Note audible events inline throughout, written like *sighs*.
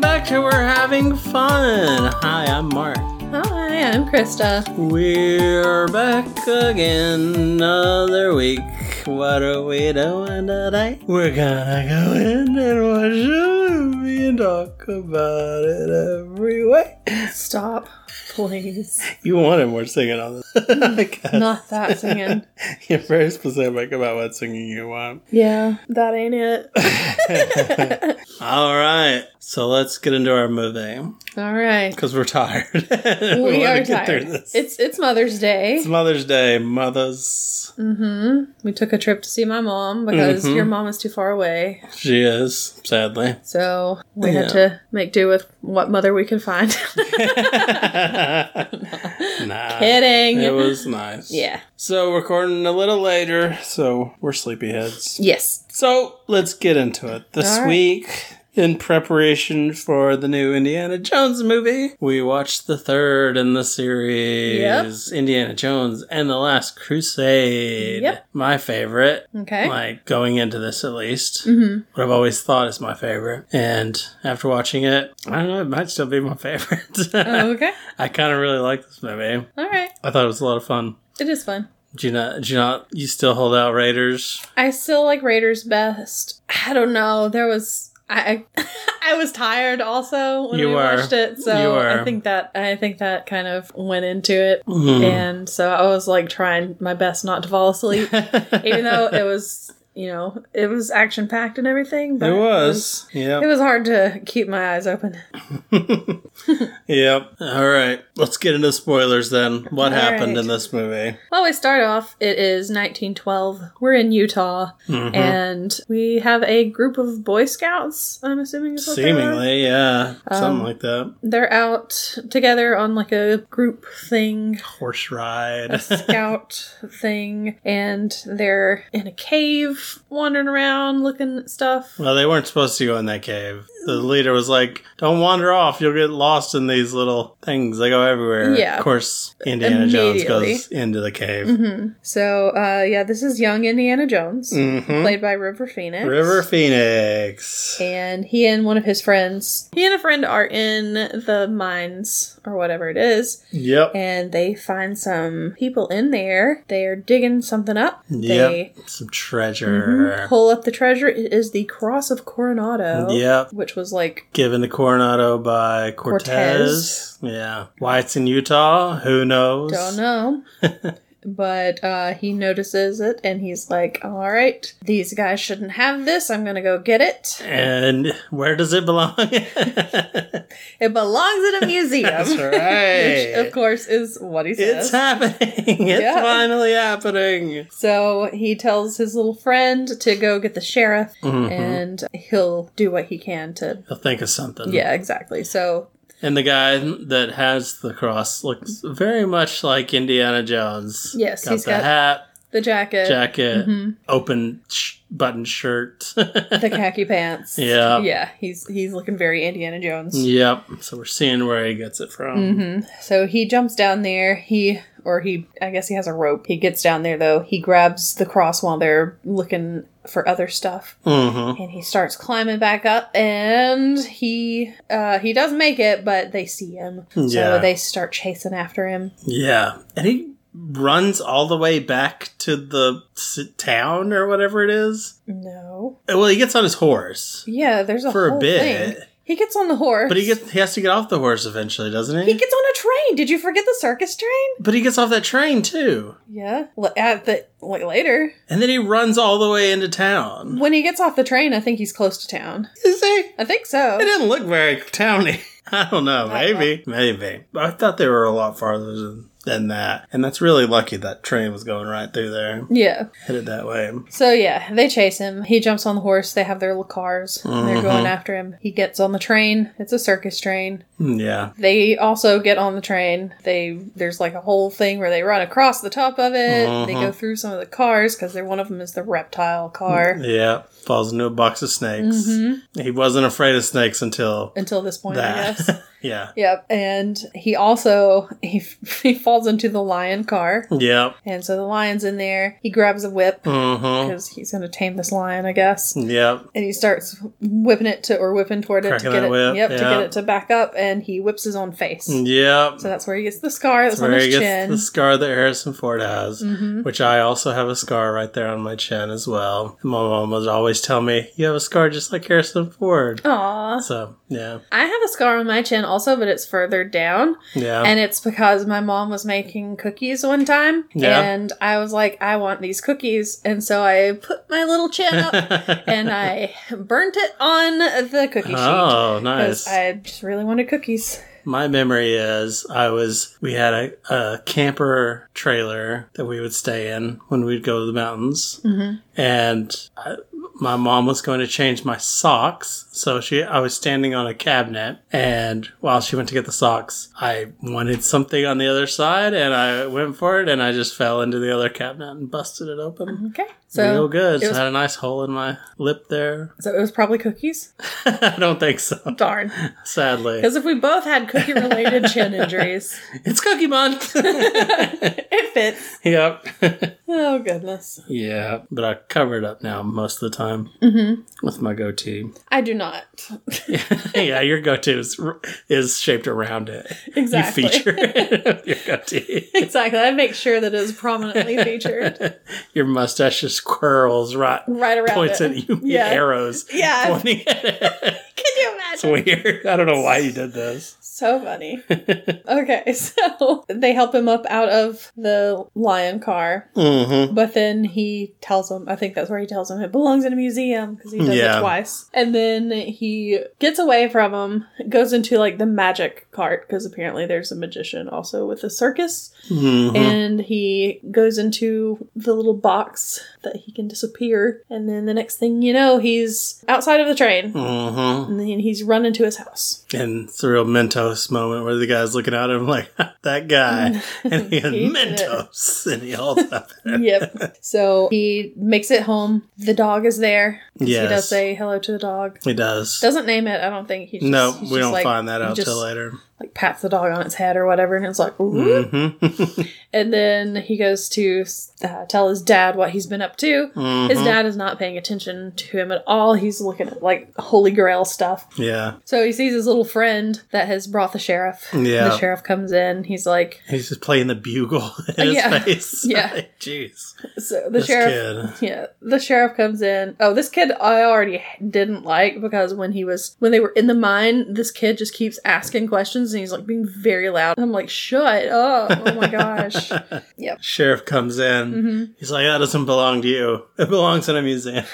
back to We're Having Fun. Hi, I'm Mark. Hi, I'm Krista. We're back again another week. What are we doing today? We're gonna go in and watch a movie and talk about it every way. Stop, please. You wanted more singing on this. *laughs* I guess. *laughs* Not that singing. You're very specific about what singing you want. Yeah, that ain't it. All right, so let's get into our movie All right. because we're tired. *laughs* We, wanna are tired. this. It's it's Mother's Day. It's Mother's Day, mothers. Mm-hmm. We took a trip to see my mom because Mhm. your mom is too far away. She is, *laughs* sadly. So we Yeah. had to make do with what mother we *laughs* could find. *laughs* nah. Kidding. It was nice. yeah. So, recording a little later, so we're sleepyheads. Yes. So, let's get into it. This All right. week, in preparation for the new Indiana Jones movie, we watched the third in the series Indiana Jones and the Last Crusade. Yep. My favorite. Okay. Like going into this at least, hmm what I've always thought is my favorite, and after watching it, I don't know, it might still be my *laughs* favorite. Okay. I kind of really like this movie. All right. I thought it was a lot of fun. It is fun. Do you not? Do you not? You still hold out *laughs* Raiders? I still like Raiders best. I don't know. There was I I, *laughs* I was tired also when You we were. watched it, so You were. I think that I think that kind of went into it. Mm. And so I was like trying my best not to fall asleep, even though it was *laughs* you know it was action packed and everything. But it was. It Yep. was hard to keep my eyes open. Yep. All right. Let's get into spoilers then. What All happened right. in this movie? Well, we start off. It is 1912. We're in Utah, Mhm. and we have a group of Boy Scouts. I'm assuming is what they are. Seemingly, yeah, something Um, like that. they're out together on like a group *laughs* thing, Horse ride. *laughs* a scout thing, and they're in a cave wandering around looking at stuff. Well, they weren't supposed to go in that cave. The leader was like, "Don't wander off. You'll get lost in these little things. They go everywhere." Yeah. Of course, Indiana Jones Immediately. goes into the cave. hmm So, uh, yeah, this is young Indiana Jones, hmm played by River Phoenix. River Phoenix. And he and one of his friends, he and a friend are in the mines or whatever it is, Yep. and they find some people in there. They are digging something up. They mm-hmm, Yep. Some treasure. pull up the treasure. It is the Cross of Coronado. Yep. Which was like, Given the Coronado by Cortez. Cortez. Yeah. Why it's in Utah? Who knows? don't know. *laughs* but uh, he notices it and he's like, all right, these guys shouldn't have this. I'm going to go get it. And where does it belong? *laughs* It belongs in a museum. That's *laughs* Which, right. of course, is what he says. It's happening. *laughs* It's Yeah. finally happening. so he tells his little friend to go get the sheriff Mhm. and he'll do what he can to. He'll think of something. Yeah, exactly. So And the guy that has the cross looks very much like Indiana Jones. Yes, got he's the got- hat, the jacket, jacket, mhm, open sh- button shirt. *laughs* the khaki pants. Yeah. Yeah, he's he's looking very Indiana Jones. Yep. So we're seeing where he gets it from. hmm So he jumps down there. He or he, I guess he has a rope. He gets down there though. He grabs the cross while they're looking for other stuff, Mm-hmm. and he starts climbing back up. And he uh, he does make it, but they see him, Yeah. so they start chasing after him. Yeah. And he runs all the way back to the s- town or whatever it is. Uh, No, Well, he gets on his horse yeah, there's a for whole a bit, thing. He gets on the horse, but he gets he has to get off the horse eventually, doesn't he? he gets on a train. Did you forget the circus train? but he gets off that train too, Yeah, L- at the like later and then he runs all the way into town. when he gets off the train. I think he's close to town. Is he? I think so. It didn't look very towny. *laughs* I don't know. Uh-huh. Maybe. Maybe. But I thought they were a lot farther than, than that. And that's really lucky that train was going right through there. Yeah. Headed that way. So yeah, they chase him. He jumps on the horse. They have their little cars. and Mhm. They're going after him. He gets on the train. It's a circus train. Mm, Yeah. They also get on the train. They there's like a whole thing where they run across the top of it. They Mhm. go through some of the cars because one of them is the reptile car. Yeah. Falls into a box of snakes. hmm He wasn't afraid of snakes until Until this point, Oh, I that. guess. *laughs* Yeah. Yep. And he also *laughs* he, he falls into the lion car. Yep. And so the lion's in there. He grabs a whip Mm-hmm. because he's going to tame this lion, I guess. Yep. And he starts whipping it to or whipping toward it Cracking to get that it whip, yep, to yeah. get it to back up and he whips his own face. Yep. So that's where he gets the scar that's on Where he his gets chin. Mm-hmm. the scar that Harrison Ford has, which I also have a scar right there on my chin as well. My mom would always tell me, "You have a scar just like Harrison Ford." Aw. So yeah, I have a scar on my chin also, but it's further down. yeah, *laughs* And it's because my mom was making cookies one time. Yeah. And I was like, I want these cookies. And so I put my little *laughs* chin up and I burnt it on the cookie sheet. oh, 'Cause nice. I just really wanted cookies. My memory is I was we had a, a camper trailer that we would stay in when we'd go to the mountains, Mhm. and I, my mom was going to change my socks, so she I was standing on a cabinet, and while she went to get the socks, I wanted something on the other side, and I went for it, and I just fell into the other cabinet and busted it open. Okay. Real So, good. Mm-hmm. it So was- I had a nice hole in my lip there. *laughs* so it was probably cookies? I don't think so. Darn. Sadly, Because if we both had cookie *laughs* related chin injuries, it's Cookie Month. it fits. *laughs* yep. Oh, goodness. Yeah, but I cover it up now most of the time hmm with my goatee. *laughs* I do not. yeah, your goatee is is shaped around it. Exactly. You feature it with your goatee. *laughs* Exactly. I make sure that it is prominently featured Your mustache just curls right, right around points it. at you, Yeah. arrows Yeah. pointing at it. Can you It's imagine? weird. I don't know why you did this. So funny. okay, *laughs* so they help him up out of the lion car, Mm-hmm. but then he tells him, I think that's where he tells him it belongs in a museum because he does Yeah. it twice. And then he gets away from him, goes into like the magic cart because apparently there's a magician also with a circus. Mm-hmm. And he goes into the little box that he can disappear. And then the next thing you know, he's outside of the train. mm-hmm. And then he's run into his house. And it's a real Mentos moment where the guy's looking at him like, *laughs* that *laughs* guy. And he had He did it. Mentos. And he holds up. *laughs* yep. So he makes it home. The dog is there. 'cause He Yes. does say hello to the dog. He does. Doesn't name it. I don't think he. Just, no, he's we just don't like- find that he out just, till later. Like pats the dog on its head or whatever, and it's like, "Ooh." Mm-hmm. and then he goes to uh, tell his dad what he's been up to. His Mm-hmm. dad is not paying attention to him at all. He's looking at like holy grail stuff. Yeah, So he sees his little friend that has brought the sheriff. Yeah. The sheriff comes in. He's like, he's just playing the bugle *laughs* in his Yeah. face. *laughs* Yeah. Like, jeez. so the This sheriff kid. Yeah, the sheriff comes in. Oh, this kid I already didn't like because when he was when they were in the mine, this kid just keeps asking questions and he's like being very loud. And I'm like, shut up! Oh *laughs* my gosh. *laughs* yep. Sheriff comes in. Mm-hmm. He's like, "That doesn't belong to you. It belongs in a museum."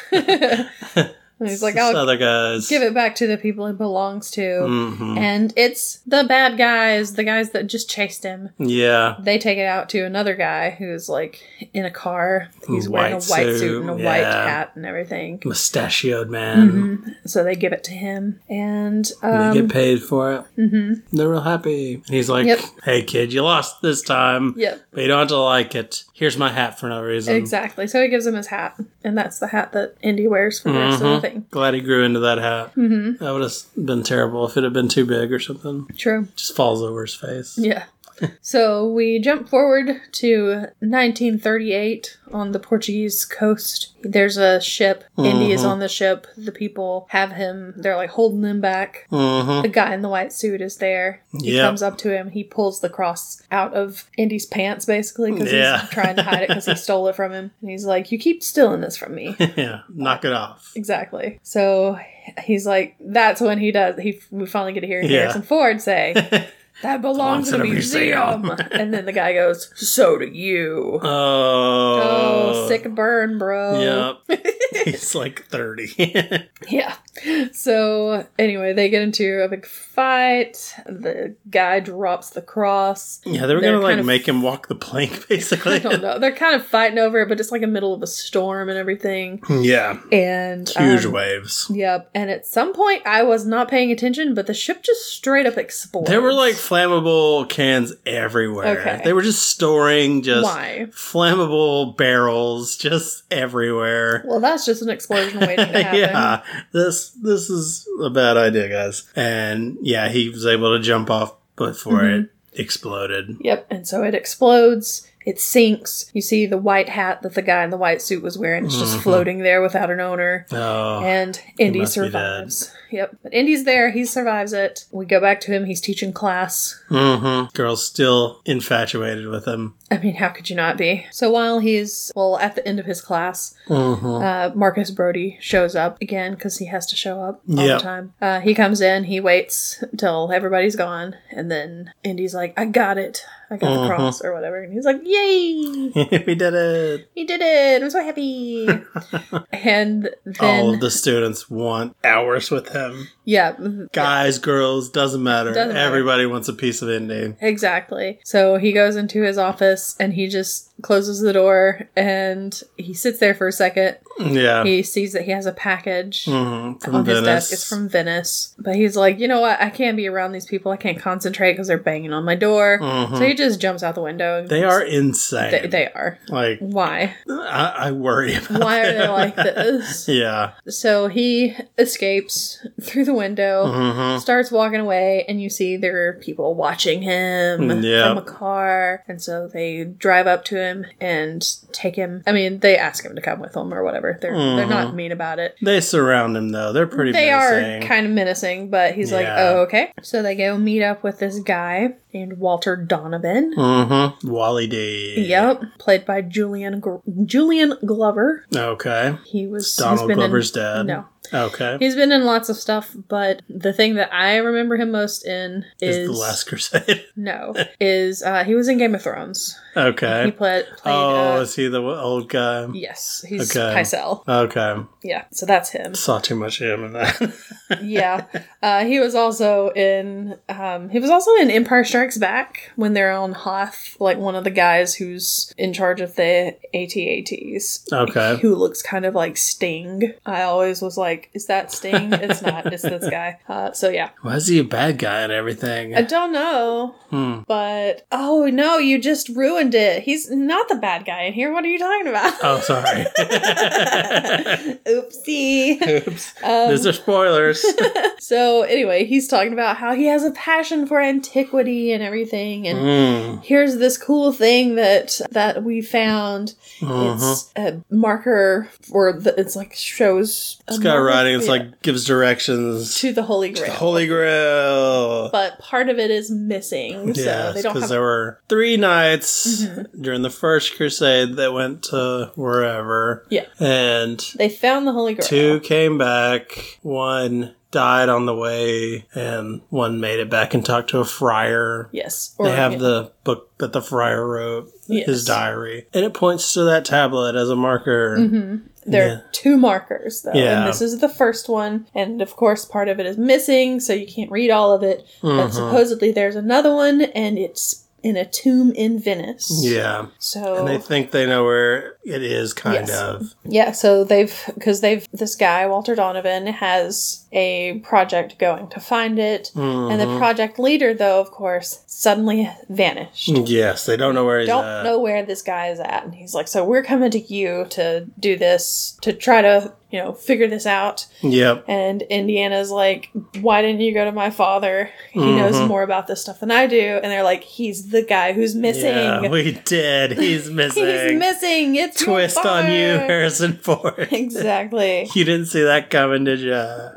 And he's like, This *laughs* I'll other guys. give it back to the people it belongs to. hmm And it's the bad guys, the guys that just chased him. Yeah, They take it out to another guy who's like in a car. He's wearing a White white suit, suit, and a white yeah. hat and everything. mustachioed man. So they give it to him, and Mm-hmm. um, And they get paid for it. Mm-hmm. They're real happy. And he's like, Yep. "Hey, kid, you lost this time. Yep. But you don't have to like it. Here's my hat for no reason. Exactly. So he gives him his hat, and that's the hat that Indy wears for the rest Mm-hmm. of the thing. Glad he grew into that hat. Mhm. That would have been terrible if it had been too big or something. True. Just falls over his face. Yeah. *laughs* so we jump forward to 1938 on the Portuguese coast. There's a ship. Indy Mm-hmm. is on the ship. The people have him. They're like holding him back. Mm-hmm. The guy in the white suit is there. He Yep. comes up to him. He pulls the cross out of Indy's pants, basically, because Yeah. he's trying to hide *laughs* it because he stole it from him. And he's like, You keep stealing this from me. *laughs* yeah, knock it off. Exactly. So he's like, that's when he does. He we finally get to hear Yeah. Harrison *laughs* Ford say, "That belongs in a museum." *laughs* and then the guy goes, "So do you." Oh, Oh, sick burn, bro. *laughs* Yep. He's like *laughs* 30. Yeah. So anyway, they get into a big fight. The guy drops *laughs* the cross. yeah, they were They're going to like kind of- make him walk the plank, *laughs* I basically. don't know. They're *laughs* kind of fighting over it, but it's like a middle of a storm and everything. yeah, And huge um, waves. Yep. And at some point, I was not paying attention, but the ship just straight up explodes. There were like flammable cans everywhere. Okay. They were just storing just Why? flammable barrels just everywhere. Well, that's just an explosion *laughs* waiting to happen. yeah, this this is a bad idea, guys. And yeah, he was able to jump off before Mm-hmm. it exploded. Yep, and so it explodes. It sinks. You see the white hat that the guy in the white suit was wearing. It's just Mhm. floating there without an owner. Oh, and Indy must be dead. survives. Yep. But Indy's there. He survives it. We go back to him. He's teaching class. hmm girl's still infatuated with him. I mean, how could you not be? So while he's, well, at the end of his class, *laughs* hmm uh, Marcus Brody shows up again because he has to show up all Yep. the time. Uh, he comes in, he waits till everybody's gone, and then Indy's like, I got it. I got Mhm. the cross or whatever. And he's like, Yay! we did it. He did it. I'm *laughs* so happy. and then, All of the students want hours with him. yeah, Guys, girls, doesn't matter. Doesn't matter. Everybody wants a piece of Indy. Exactly. So he goes into his office and he just closes the door and he sits there for a second. Yeah. He sees that he has a package hmm From on his Venice. desk. It's from Venice. But he's like, you know what? I can't be around these people. I can't concentrate because they're banging on my door. Mhm. So he just jumps out the window. And They are insane. They, they are. like Why? I, I worry about. Why are they them. *laughs* like this? yeah. So he escapes through the window. hmm starts walking away and you see there are people watching him Mm, Yeah. from a car and so they drive up to him and take him i mean they ask him to come with them or whatever they're they're Mm-hmm. not mean about it They surround him though. They're pretty. they menacing. are kind of menacing but he's like Yeah. oh okay so they go meet up with this guy named walter donovan Mm-hmm. Wally D. Yep, played by Julian Gr- Julian Glover. Okay. He was he's Donald been in- Glover's dad. No, Okay. he's been in lots of stuff, but the thing that I remember him most in Is, is, the Last Crusade? *laughs* *laughs* No, is uh, he was in Game of Thrones. He okay. played. played Oh, uh, is he the old guy? yes, he's Okay. Pycelle. Okay. Yeah, so that's him. Saw too much of him in that. *laughs* yeah, uh, he was also in. Um, he was also in Empire Strikes Back when they're on Hoth, like one of the guys who's in charge of the ATATs. Okay. who looks kind of like Sting. I always was like, "Is that Sting? it's not. *laughs* It's this guy." Uh, so yeah, Why is he a bad guy and everything? I don't know. Hmm. But oh no, you just ruined it. He's not the bad guy in here. What are you talking about? Oh, *laughs* sorry. *laughs* Oopsie. Oops. Um, These are *laughs* spoilers. so anyway, he's talking about how he has a passion for antiquity and everything, and Mm. here's this cool thing that that we found. Mhm. It's a marker, or the, it's like shows. a marker- Skywriting, it's yeah, like gives directions. to the Holy Grail. The Holy Grail. but part of it is missing, so Yes, because they don't have Mm-hmm. there were three knights during the first crusade that went to wherever. Yeah. And They found the Holy Grail. two came back, one died on the way, and one made it back and talked to a friar. Yes. They have yeah. the book that the friar wrote, Yes. his diary. And it points to that tablet as a marker. Mm-hmm. There Yeah. are two markers, though. Yeah. And this is the first one. And of course, part of it is missing, so you can't read all of it. Mm-hmm. But supposedly there's another one, and it's in a tomb in Venice. Yeah. So, And they think they know where it is, kind Yes. of. yeah, so they've, because they've, this guy, Walter Donovan, has a project going to find it. And Mm-hmm. the project leader, though, of course, suddenly Mm, vanished. Yes, they don't know where he's don't at. know where this guy is at and he's like so we're coming to you to do this to try to you know figure this out Yep. and indiana's like why didn't you go to my father he knows more about this stuff than i do and they're like he's the guy who's missing Mm-hmm. Yeah, we did. He's missing. *laughs* he's missing it's your twist on you, *laughs* father." Harrison Ford. *laughs* exactly You didn't see that coming, did ya?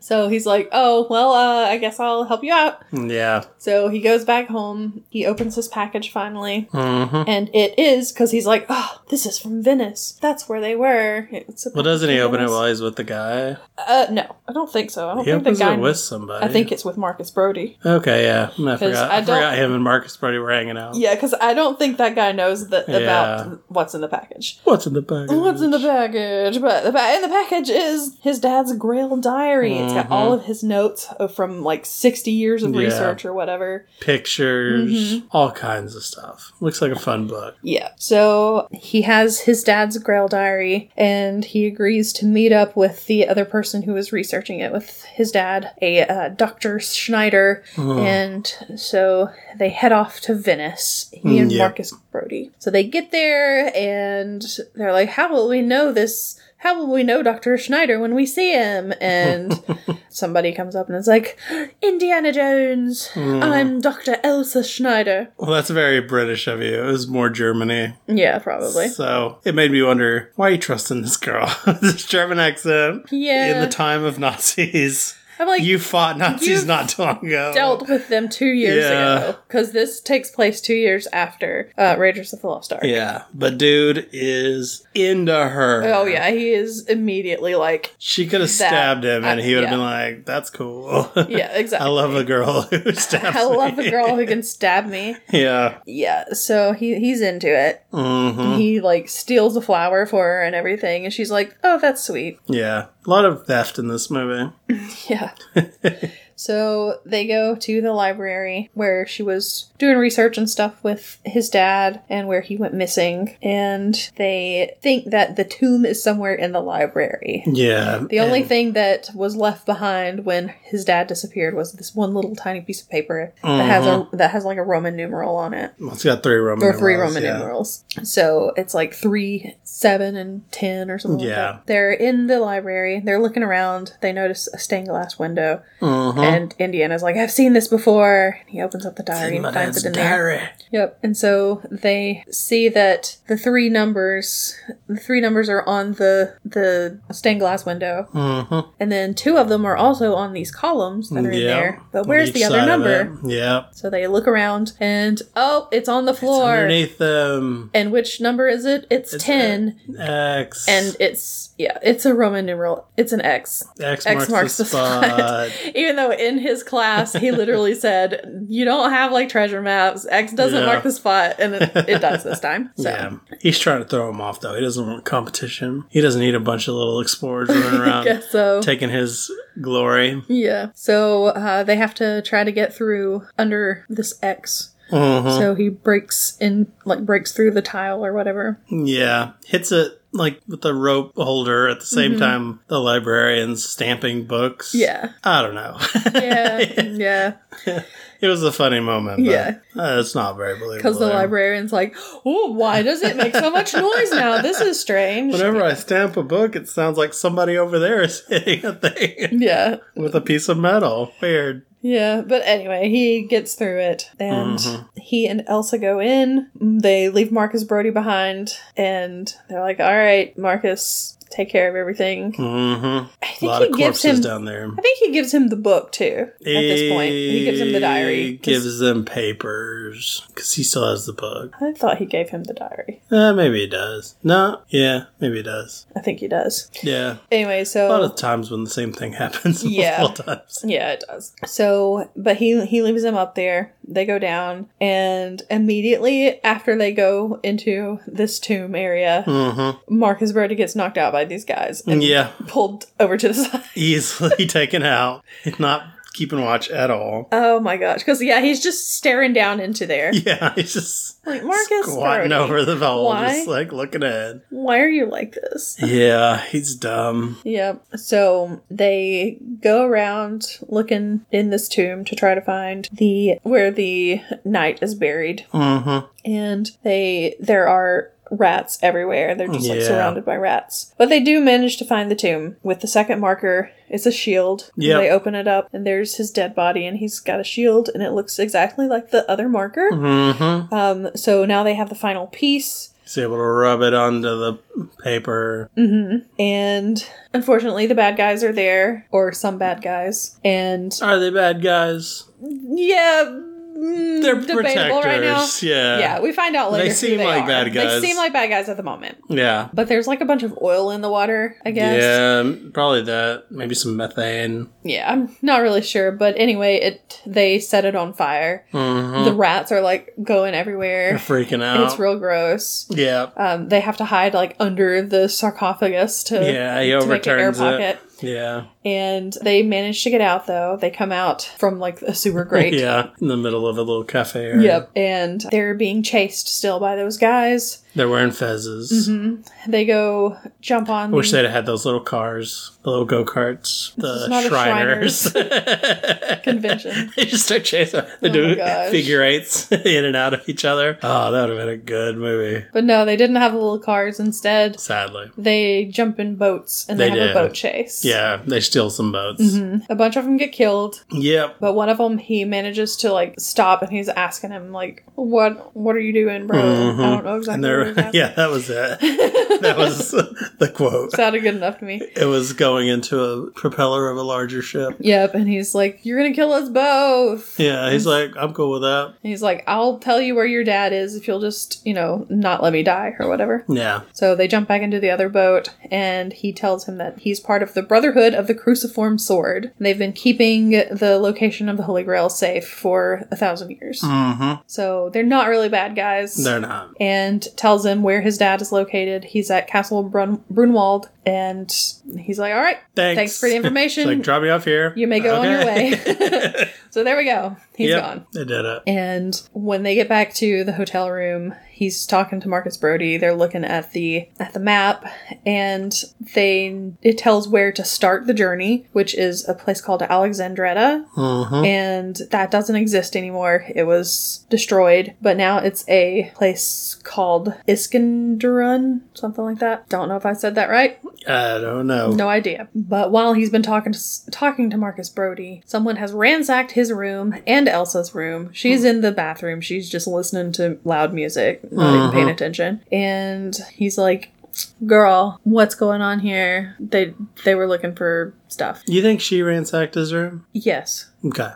so he's like oh well uh, i guess i'll help you out Yeah. so he goes back home he opens his package finally hmm And it is because he's like, oh, this is from Venice. That's where they were. It's a Well, doesn't he open it Venice." while he's with the guy? Uh, no, I don't think so. I don't He think the opens guy. it with somebody. I think it's with Marcus Brody. Okay, yeah. I forgot. I I, don't- forgot him and Marcus Brody were hanging out. Yeah, because I don't think that guy knows that Yeah. Mm-hmm. about what's in the package. What's in the bag? Oh, What's in the package? But the pa- in the package is his dad's Grail diary. It's got Mhm. all of his notes of- from like sixty years of Yeah. research or whatever. Pictures, Mm-hmm. all kinds of stuff. Looks like a fun book. Yeah. So he has his dad's Grail diary, and he agrees to meet up with the other person who was researching it with his dad, a uh, Doctor Schneider, Mm. And so they head off to Venice. He Mm, and yeah. Marcus Brody. So they get there and they're like, How will we know this? How will we know Dr. Schneider when we see *laughs* him? And somebody comes up and is like, Indiana Jones, Mm. I'm Dr. Elsa Schneider. Well, that's very British of you. It was more Germany. Yeah, probably. So it made me wonder why are you trusting this girl? *laughs* this German accent. Yeah. In the time of Nazis. I'm like, you fought Nazis you've not long ago. dealt with them two years Yeah. ago because this takes place two years after uh, Raiders of the Lost Ark. Yeah. But dude is into her. Oh yeah, he is *laughs* immediately like, She could have stabbed him and I- he would have yeah. been like, that's cool. *laughs* yeah, I exactly. love a girl *laughs* who stabs *laughs* I love me. a girl who can stab me. Yeah. Yeah, so he he's into it. hmm He like steals a flower for her and everything, and she's like, "Oh, that's sweet." Yeah. A lot of theft in this movie. *laughs* Yeah. so they go to the library where she was doing research and stuff with his dad and where he went missing, and they think that the tomb is somewhere in the library. Yeah. The only and- thing that was left behind when his dad disappeared was this one little tiny piece of paper that has Uh-huh. a that has like a Roman numeral on it. Well, it's got three Roman Or three numerals, Roman yeah. numerals. So it's like three, seven, and ten or something Yeah. like that. They're in the library. They're looking around. They notice a stained glass window. Mhm. And Indiana's like, I've seen this before. And he opens up the diary and finds it in there. Yep. And so they see that the three numbers the three numbers are on the the stained glass window. Mhm. And then two of them are also on these columns that are in Yeah. there. But On where's each the other side of number? it. Yeah. So they look around and oh, it's on the floor. Underneath them. and which number is it? It's, It's 10 X. and it's yeah, it's a Roman numeral. It's an X. X, X marks the spot. *laughs* Even though in his class he *laughs* literally said, "You don't have like treasure maps. X doesn't Yeah. mark the spot." And it, it *laughs* does this time. *laughs* So *laughs* Yeah. He's trying to throw him off, though. He doesn't want competition. He doesn't need a bunch of little explorers running *laughs* I around guess so. taking his glory. yeah. So uh, they have to try to get through under this X. Mhm. So he breaks in, like breaks through the tile *laughs* or whatever. Yeah. Hits it like with a rope holder at the same time the librarian's stamping books. Mm-hmm. Yeah. I don't know. *laughs* Yeah. yeah. it was a funny moment. But, Yeah. uh, it's not very believable. Because the librarian's like, oh, why does it make so much noise now? This is strange. Whenever I stamp a book, it sounds like somebody over there is *laughs* hitting a thing Yeah. with a piece of metal. Weird. Yeah. But anyway, he gets through it. And Mm-hmm. he and Elsa go in. They leave Marcus Brody behind. And they're like, all right, Marcus, take care of everything. Mm-hmm. I A think lot he of gives corpses him. down there. I think he gives him the book too. *laughs* At this point, he gives him the diary. 'cause Gives them papers because he still has the book. I thought he gave him the diary. Uh, maybe he does. No, yeah, maybe he does. I think he does. Yeah, Anyway, so a lot of times when the same thing happens *laughs* multiple Yeah. times. Yeah, it does. So, but he he leaves them up there. They go down, and immediately after they go into this tomb area, Mm-hmm. Marcus Brody gets knocked out by these guys and Yeah, pulled over to the *laughs* side. easily *laughs* taken out. Not keeping watch at all. Oh my gosh! Because yeah, he's just staring down into there. Yeah, *laughs* he's just Like Marcus squatting Brody, over the hole, Why? just like looking ahead. why are you like this? Yeah, he's dumb. Yeah. So they go around looking in this tomb to try to find the where the knight is buried. Mm-hmm. and they there are rats everywhere. They're just like Yeah. surrounded by rats. But they do manage to find the tomb with the second marker. It's a shield. Yep. They open it up and there's his dead body and he's got a shield and it looks exactly like the other marker. Mm-hmm. Um so now they have the final piece. He's able to rub it onto the paper. Mm-hmm. And unfortunately the bad guys are there or some bad guys. And Are they bad guys? yeah, mm, They're debatable right now. protectors. Yeah. Yeah, we find out later. They who seem like are. bad guys. They seem like bad guys at the moment. Yeah. But there's like a bunch of oil in the water, I guess. Yeah, m- probably that. Maybe some methane. Yeah, I'm not really sure, but anyway, it they set it on fire. Mm-hmm. Oh. The rats are like *laughs* going everywhere. Freaking out. It's real gross. Yeah. Um, they have to hide like under the sarcophagus to Yeah, he to make an air overturns it. pocket. Yeah. And they manage to get out though. They come out from like *laughs* a sewer grate. yeah, in the middle of a little cafe. area. Yep. And they're being chased still by those guys. They're wearing fezzes. hmm They go jump on. Wish the- they'd have had those little cars, the little go karts, is the not a Shriners. Convention. *laughs* they just start chasing. They Oh my do gosh. figure eights *laughs* in and out of each other. Oh, that would have been a good movie. but no, they didn't have the little cars. Instead, Sadly. they jump in boats and they, They have did. a boat chase. Yeah, they steal some boats. hmm A bunch of them get killed, Yep. but one of them he manages to like stop and he's asking him like, "What? What are you doing, bro? Mhm. I don't know And exactly." what they're, he's *laughs* yeah, that was *laughs* it. asking. That was *laughs* the quote. sounded good enough to me. It was going into a propeller of a larger ship. Yep, and he's like, "You're gonna kill us both." Yeah, he's like, I'm cool with that. And he's like, "I'll tell you where your dad is if you'll just, you know, not let me die or whatever." Yeah. So they jump back into the other boat, and he tells him that he's part of the Brotherhood of the Cruciform Sword. And they've been keeping the location of the Holy Grail safe for a thousand years. Mm-hmm. So they're not really bad guys. They're not. And tells him where his dad is located. He's at Castle Brun- Brunwald, and he's like, "All right, Thanks. *laughs* thanks for the It's information. like, drop me off here. you may go on *laughs* your Okay. way." *laughs* so there we go. He's yep, gone. They did it. And when they get back to the hotel room, he's talking to Marcus Brody. They're looking at the at the map and they it tells where to start the journey, which is a place called Alexandretta, hmm Uh-huh. and that doesn't exist anymore. It was destroyed, but now it's a place called Iskenderun, something like that. Don't know if I said that right. I don't know. No idea. But while he's been talking to, talking to Marcus Brody, someone has ransacked his room and Elsa's room. She's in the bathroom. She's just listening to loud music, not even paying Mhm. attention. And he's like, "Girl, what's going on here?" They they were looking for stuff. You think she ransacked his room? Yes, Okay.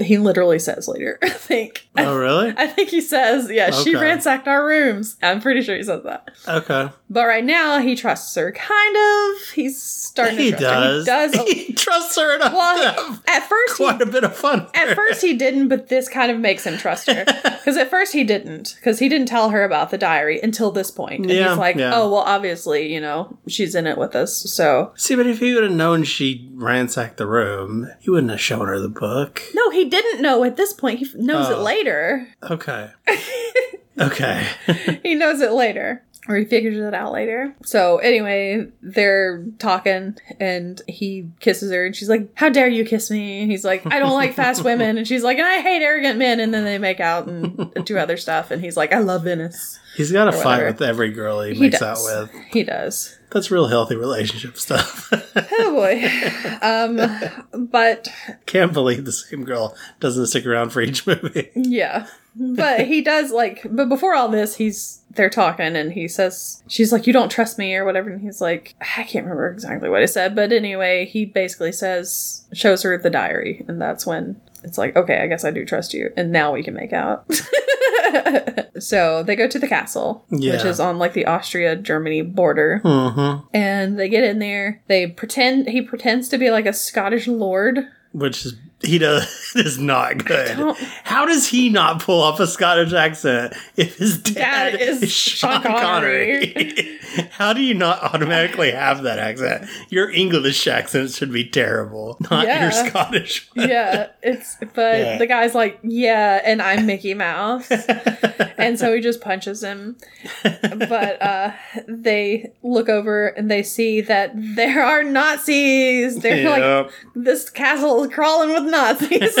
he literally says later. *laughs* I think. Oh, *laughs* really? I think he says, yeah, she Okay. ransacked our rooms. I'm pretty sure he says that. Okay. But right now, he trusts her, kind of. He's starting to He trust her. does. He does. a- *laughs* He trusts her enough to Well, have at first, he, quite a bit of fun. with her. at first he didn't, but this kind of makes him trust *laughs* her. Because at first he didn't, because he didn't tell her about the diary until this point. And Yeah, he's like, yeah. "Oh well, obviously, you know, she's in it with us." So See, but if he would have known she ransacked the room, he wouldn't have shown her the book. no, he didn't know at this point. He f- knows it Oh. later. *laughs* Okay. okay. he knows it later. Or he figures it out later. So anyway, they're talking and he kisses her and she's like, How dare you kiss me? And he's like, I *laughs* don't like fast women and she's like, And I hate arrogant men and then they make out and do *laughs* other stuff and he's like, I love Venice. He's got a Or fight whatever. with every girl he, He makes out does. with. He does. That's real healthy relationship stuff. *laughs* Oh boy. Um but Can't believe the same girl doesn't stick around for each movie. yeah. But he does like but before all this he's they're talking and he says she's like, You don't trust me or whatever and he's like I can't remember exactly what I said, but anyway, he basically says shows her the diary and that's when it's like, okay, I guess I do trust you, and now we can make out. *laughs* so they go to the castle, which Yeah. is on like the Austria Germany border. Mm-hmm. And they get in there. They pretend he pretends to be like a Scottish lord. Which is he does *laughs* is not good. don't- How does he not pull off a Scottish accent if his dad, Dad is, is Sean Sean Connery? *laughs* Connery. How do you not automatically have that accent? Your English accent should be terrible, not Yeah. your Scottish. one. yeah, it's but Yeah. the guy's like, yeah, and I'm Mickey Mouse, and so he just punches him. But uh, they look over and they see that there are Nazis. They're like, Yep. this castle is crawling with Nazis.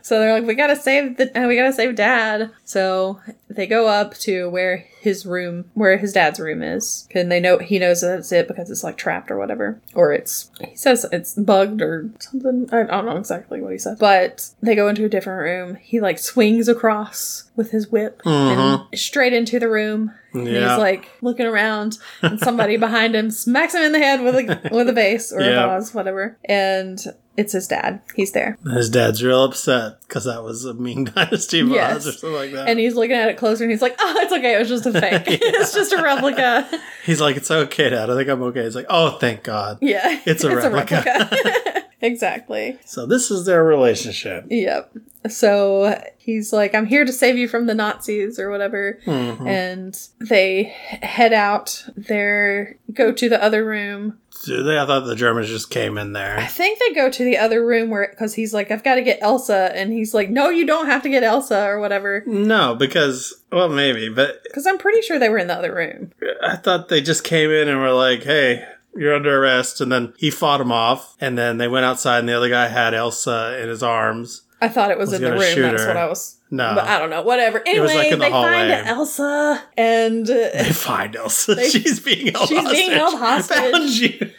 so they're like, we gotta save the, uh, we gotta save Dad. So they go up to where his room, where his dad's room is, and they know he knows that's it because it's like trapped or whatever, or it's he says it's bugged or something. I don't know exactly what he said, but they go into a different room. He like swings across with his whip and straight into the room. And Yeah. he's like looking around, *laughs* and somebody behind him smacks him in the head with a with a vase or Yeah. a vase, whatever. And it's his dad. He's there, His dad's real upset because that was a Ming *laughs* Dynasty boss Yes. or something like that. and he's looking at it closer, and he's like, "Oh, it's okay. It was just a fake. *laughs* *laughs* it's just a replica." He's like, "It's okay, Dad. I think I'm okay." He's like, "Oh, thank God." Yeah, *laughs* It's a replica. *laughs* Exactly. So this is their relationship. Yep. So he's like, I'm here to save you from the Nazis or whatever. Mhm. Mm-hmm. And they head out. They go to the other room. Do they? I thought the Germans just came in I there. think they go to the other room where, because he's like, I've got to get Elsa. And he's like, No, you don't have to get Elsa or whatever. No, because well, maybe, but Because I'm pretty sure they were in the other room. I thought they just came in and were like, "Hey, you're under arrest," and then he fought him off, and then they went outside, and the other guy had Elsa in his arms. I thought it was, Was in the gonna room. shoot That's her. what I was. No, But uh, I don't know. Whatever. Anyway, was, like, in the they find hallway. Elsa *laughs* and. they find Elsa. They- she's being held she's hostage. being held hostage. *laughs* Found you.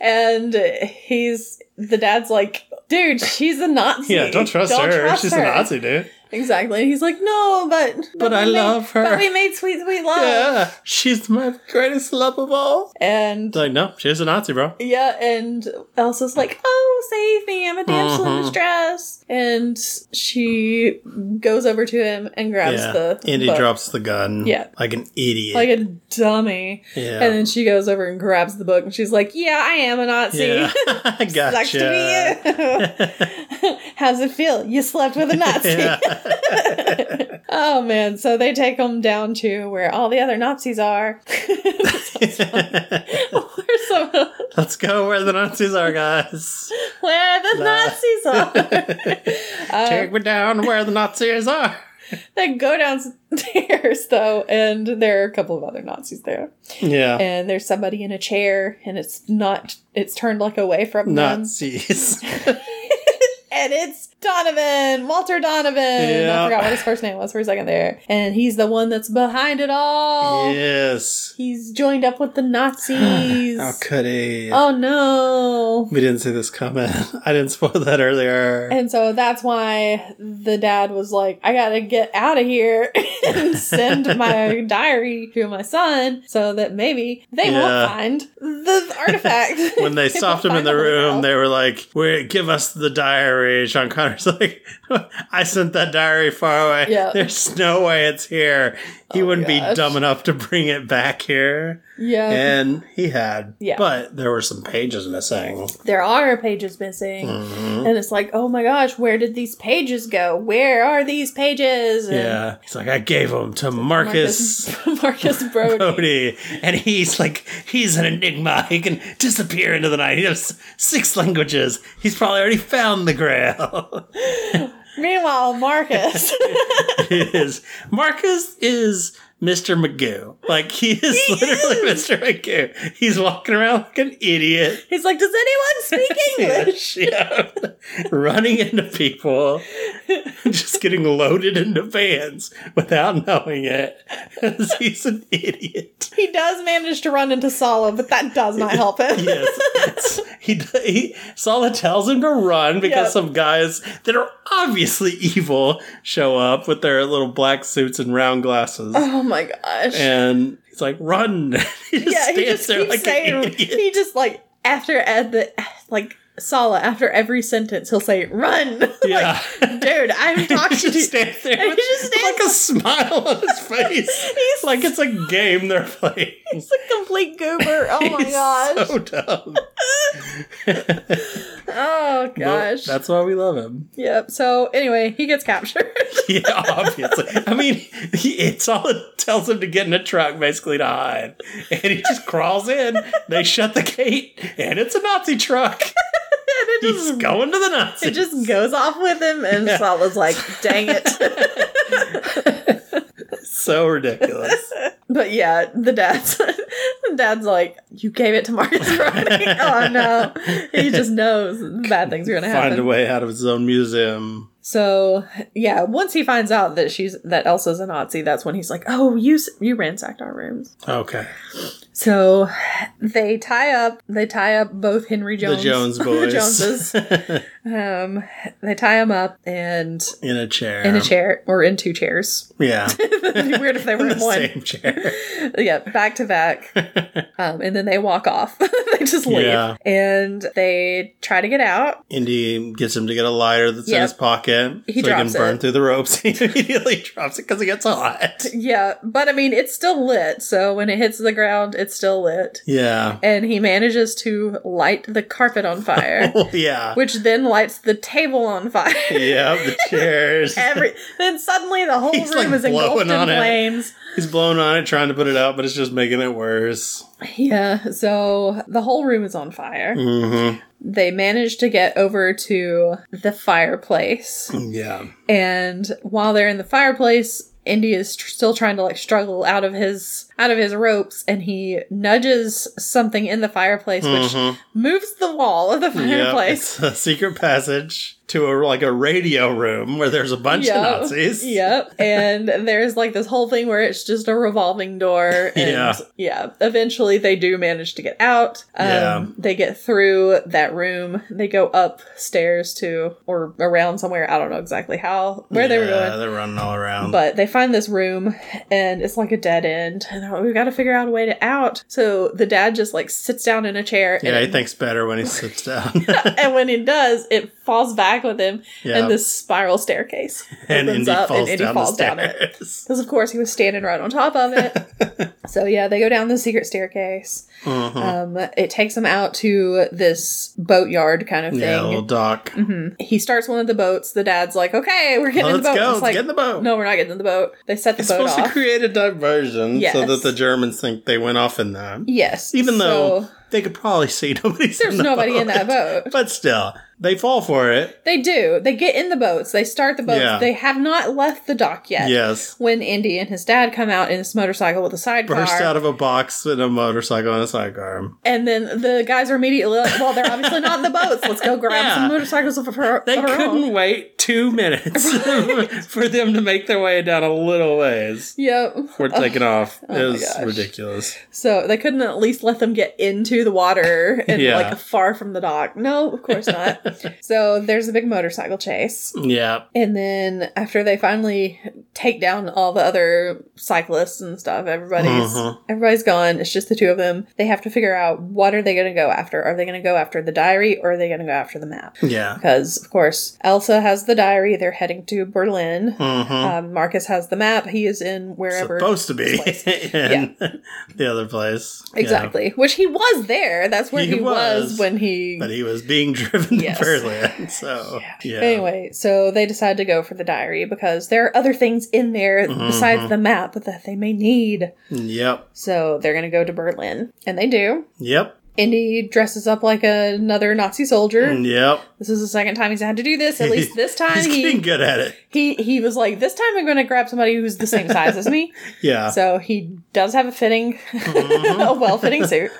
and he's the dad's like, dude, she's a Nazi. yeah, don't trust her. trust she's her." a Nazi, dude. Exactly. And he's like, no, but But we I made- love her." But we made sweet, sweet love. Yeah, she's my greatest love of all. And It's like, no, she's a Nazi, bro. yeah, and Elsa's like, oh, save me, I'm a damsel in Mhm. distress. And she goes over to him and grabs Yeah, the Indy book. drops the gun. Yeah. like an idiot. Like a dummy. yeah. And then she goes over and grabs the book and she's like, Yeah, I am a Nazi. yeah. *laughs* *laughs* Sucks gotcha. to *laughs* be you. How's it feel? You slept with a Nazi. *laughs* Oh man, so they take him down to where all the other Nazis are. *laughs* Yeah. where, some, Let's go where the Nazis are, guys. where the Nah. Nazis *laughs* are. Uh, Take me down where the Nazis are. they go downstairs *laughs* though, and there are a couple of other Nazis there. Yeah. And there's somebody in a chair, and it's not, it's turned like away from them. *laughs* Nazis. And it's Donovan, Walter Donovan. I Yeah. forgot what his first name was for a second there. And he's the one that's behind it all. yes. He's joined up with the *laughs* Nazis. How could he? Oh no. We didn't see this coming. *laughs* I didn't spoil that earlier. And so that's why the dad was like, I gotta get out of here *laughs* and *laughs* send my diary to my son so that maybe they Yeah. won't find the artifact. *laughs* when *laughs* they won't stopped him in find the room, hotel. they were like, "Wait, give us the diary." Sean Connery's *laughs* like, "I sent that diary far away. Yeah. There's no way it's here. He Oh, wouldn't gosh. be dumb enough to bring it back here." Yeah. and he had, Yeah. but there were some pages missing. there are pages missing. Mhm. And it's like, oh my gosh, where did these pages go? Where are these pages? And Yeah, he's like, "I gave them to Marcus." Marcus, *laughs* Marcus *laughs* Brody. Cody, and he's like, he's an enigma. He can disappear into the night. He has six languages. He's probably already found the grail. *laughs* Meanwhile, Marcus. *laughs* is Marcus is Mr. Magoo. Like he is literally Mr. Magoo. He's walking around like an idiot. He's like, does anyone *laughs* speak English? Yeah. Running into people, *laughs* just getting loaded into vans without knowing it. *laughs* 'Cause he's an idiot. He does manage to run into Sala, but that does *laughs* not help him. Yes. he, he Sala tells him to run because Yep. some guys that are obviously evil show up with their little black suits and round glasses. Oh my gosh. and *laughs* he's like, "Run!" *laughs* he just yeah, stands he just there keeps like an saying idiot. he just like after at the like Sala after every sentence he'll say run. *laughs* Yeah, like, *laughs* dude, I'm he talking to just you. stands there He with, just with, stands like a smile on his face, *laughs* He's like it's a game they're playing. *laughs* he's a complete goober. Oh *laughs* my He's gosh. so dumb. oh But gosh. that's why we love him. yep. So anyway, he gets captured. *laughs* *laughs* Yeah, obviously. I mean, he, it's all it tells him to get in a truck, basically to hide, and he just crawls in. They shut the gate, and it's a Nazi truck. and it He's just going to the Nazis. it just goes off with him and Sala's like, dang *laughs* it. *laughs* so ridiculous. But yeah, the dad's *laughs* the dad's like, you gave it to Marcus *laughs* Brody. oh no, he just knows bad things are *laughs* gonna Find a happen. way out of his own museum. So yeah, once he finds out that she's that Elsa's a Nazi, that's when he's like, oh, you s- you ransacked our rooms. Okay. So they tie up they tie up both Henry Jones, the Jones *laughs* the boys. *laughs* Joneses. Um, they tie him up and in a chair. in a chair or in two chairs. *laughs* Yeah. It'd be weird if they were in the *laughs* one. same chair. yeah, back to back. Um, and then they walk off. *laughs* they just leave. Yeah. And they try to get out. Indy gets him to get a lighter that's in Yep. his pocket He so he can drops burn it. through the ropes. *laughs* He immediately drops it because it gets *laughs* hot. Yeah, but I mean, it's still lit. So when it hits the ground, it's still lit. Yeah. And he manages to light the carpet *laughs* on fire, Oh, yeah. which then lights the table on fire. *laughs* yeah, the *laughs* chairs. Every then suddenly the whole He's, room like, is engulfed blowing in on it. flames. He's blown on it, trying to put it out, but it's just making it worse. Yeah, so the whole room is on fire. hmm They manage to get over to the fireplace. Hmm. Yeah. and while they're in the fireplace indy is tr- still trying to like struggle out of his out of his ropes and he nudges something in the fireplace which Mhm. moves the wall of the Yep, fireplace it's a secret passage to a like a radio room where there's a bunch Yep. of *laughs* Nazis. Yep. And there's like this whole thing where it's just a *laughs* revolving door. And Yeah. yeah. Eventually they do manage to get out. Um, Yeah. They get through that room. They go upstairs to or around somewhere. I don't know exactly how, where they were Yeah, going. They're running all around. But they find this room and it's like a dead end. And they're like, we've got to figure out a way to out. So the dad just like sits down in a chair. yeah, and, he thinks better when he sits down. *laughs* and when he does, it falls back with him. *laughs* yeah. And this spiral staircase *laughs* And opens Indy up falls and Indy down falls the down it. stairs. Because, of course, he was standing right on top of it. *laughs* so, yeah, they go down the secret staircase. Mhm. Um, it takes them out to this boatyard kind of yeah, little thing. *laughs* doc. He starts one of the boats. The dad's like, okay, we're getting in Let's the boat. go. It's Let's like, get in the boat. No, we're not getting in the boat. They set the it's boat supposed off. to create a diversion so that Yes. the Germans think they went off in that. yes. Even though so they could probably see *laughs* nobody's there's in the nobody boat. in *laughs* that boat. But still, they fall for it. They do. They get in the boats. They start the boats. Yeah. They have not left the dock yet. Yes. When Indy and his dad come out in this motorcycle with a sidecar. Burst out of a box with a motorcycle and a sidecar. And then the guys are immediately like, well, they're obviously not in the boats. Let's go grab Yeah. some motorcycles of our, They of our couldn't own. wait two *laughs* minutes *laughs* for them to make their way down a little ways. Yep. We're taking off. Oh my it was gosh. ridiculous. So they couldn't at least let them get into the water and Yeah. like far from the dock. No, of *laughs* course not. so there's a big motorcycle chase. Yeah. And then after they finally take down all the other cyclists and stuff, everybody's Mhm. everybody's gone. It's just the two of them. They have to figure out what are they going to go after? Are they going to go after the diary or are they going to go after the map? Yeah. Because of course Elsa has the diary. They're heading to Berlin. hmm Um, Marcus has the map. He is in wherever. Supposed to be this *laughs* place. in the other place. Yeah. exactly. Which he was there. That's where He he, was, was, when he. But he was being *laughs* driven Yes. to Berlin. So, yeah. Anyway, so they decide to go for the diary because there are other things in there Mm-hmm, besides the map that they may need. Yep. So they're going to go to Berlin. And they do. Yep. Indy dresses up like another Nazi soldier. Yep. This is the second time he's had to do this. At *laughs* least this time Mm. He's he, getting good at it. he he was like, this time I'm going to grab somebody who's the same size *laughs* as me. Yeah. So he does have a fitting, Mm-hmm. *laughs* a well fitting suit.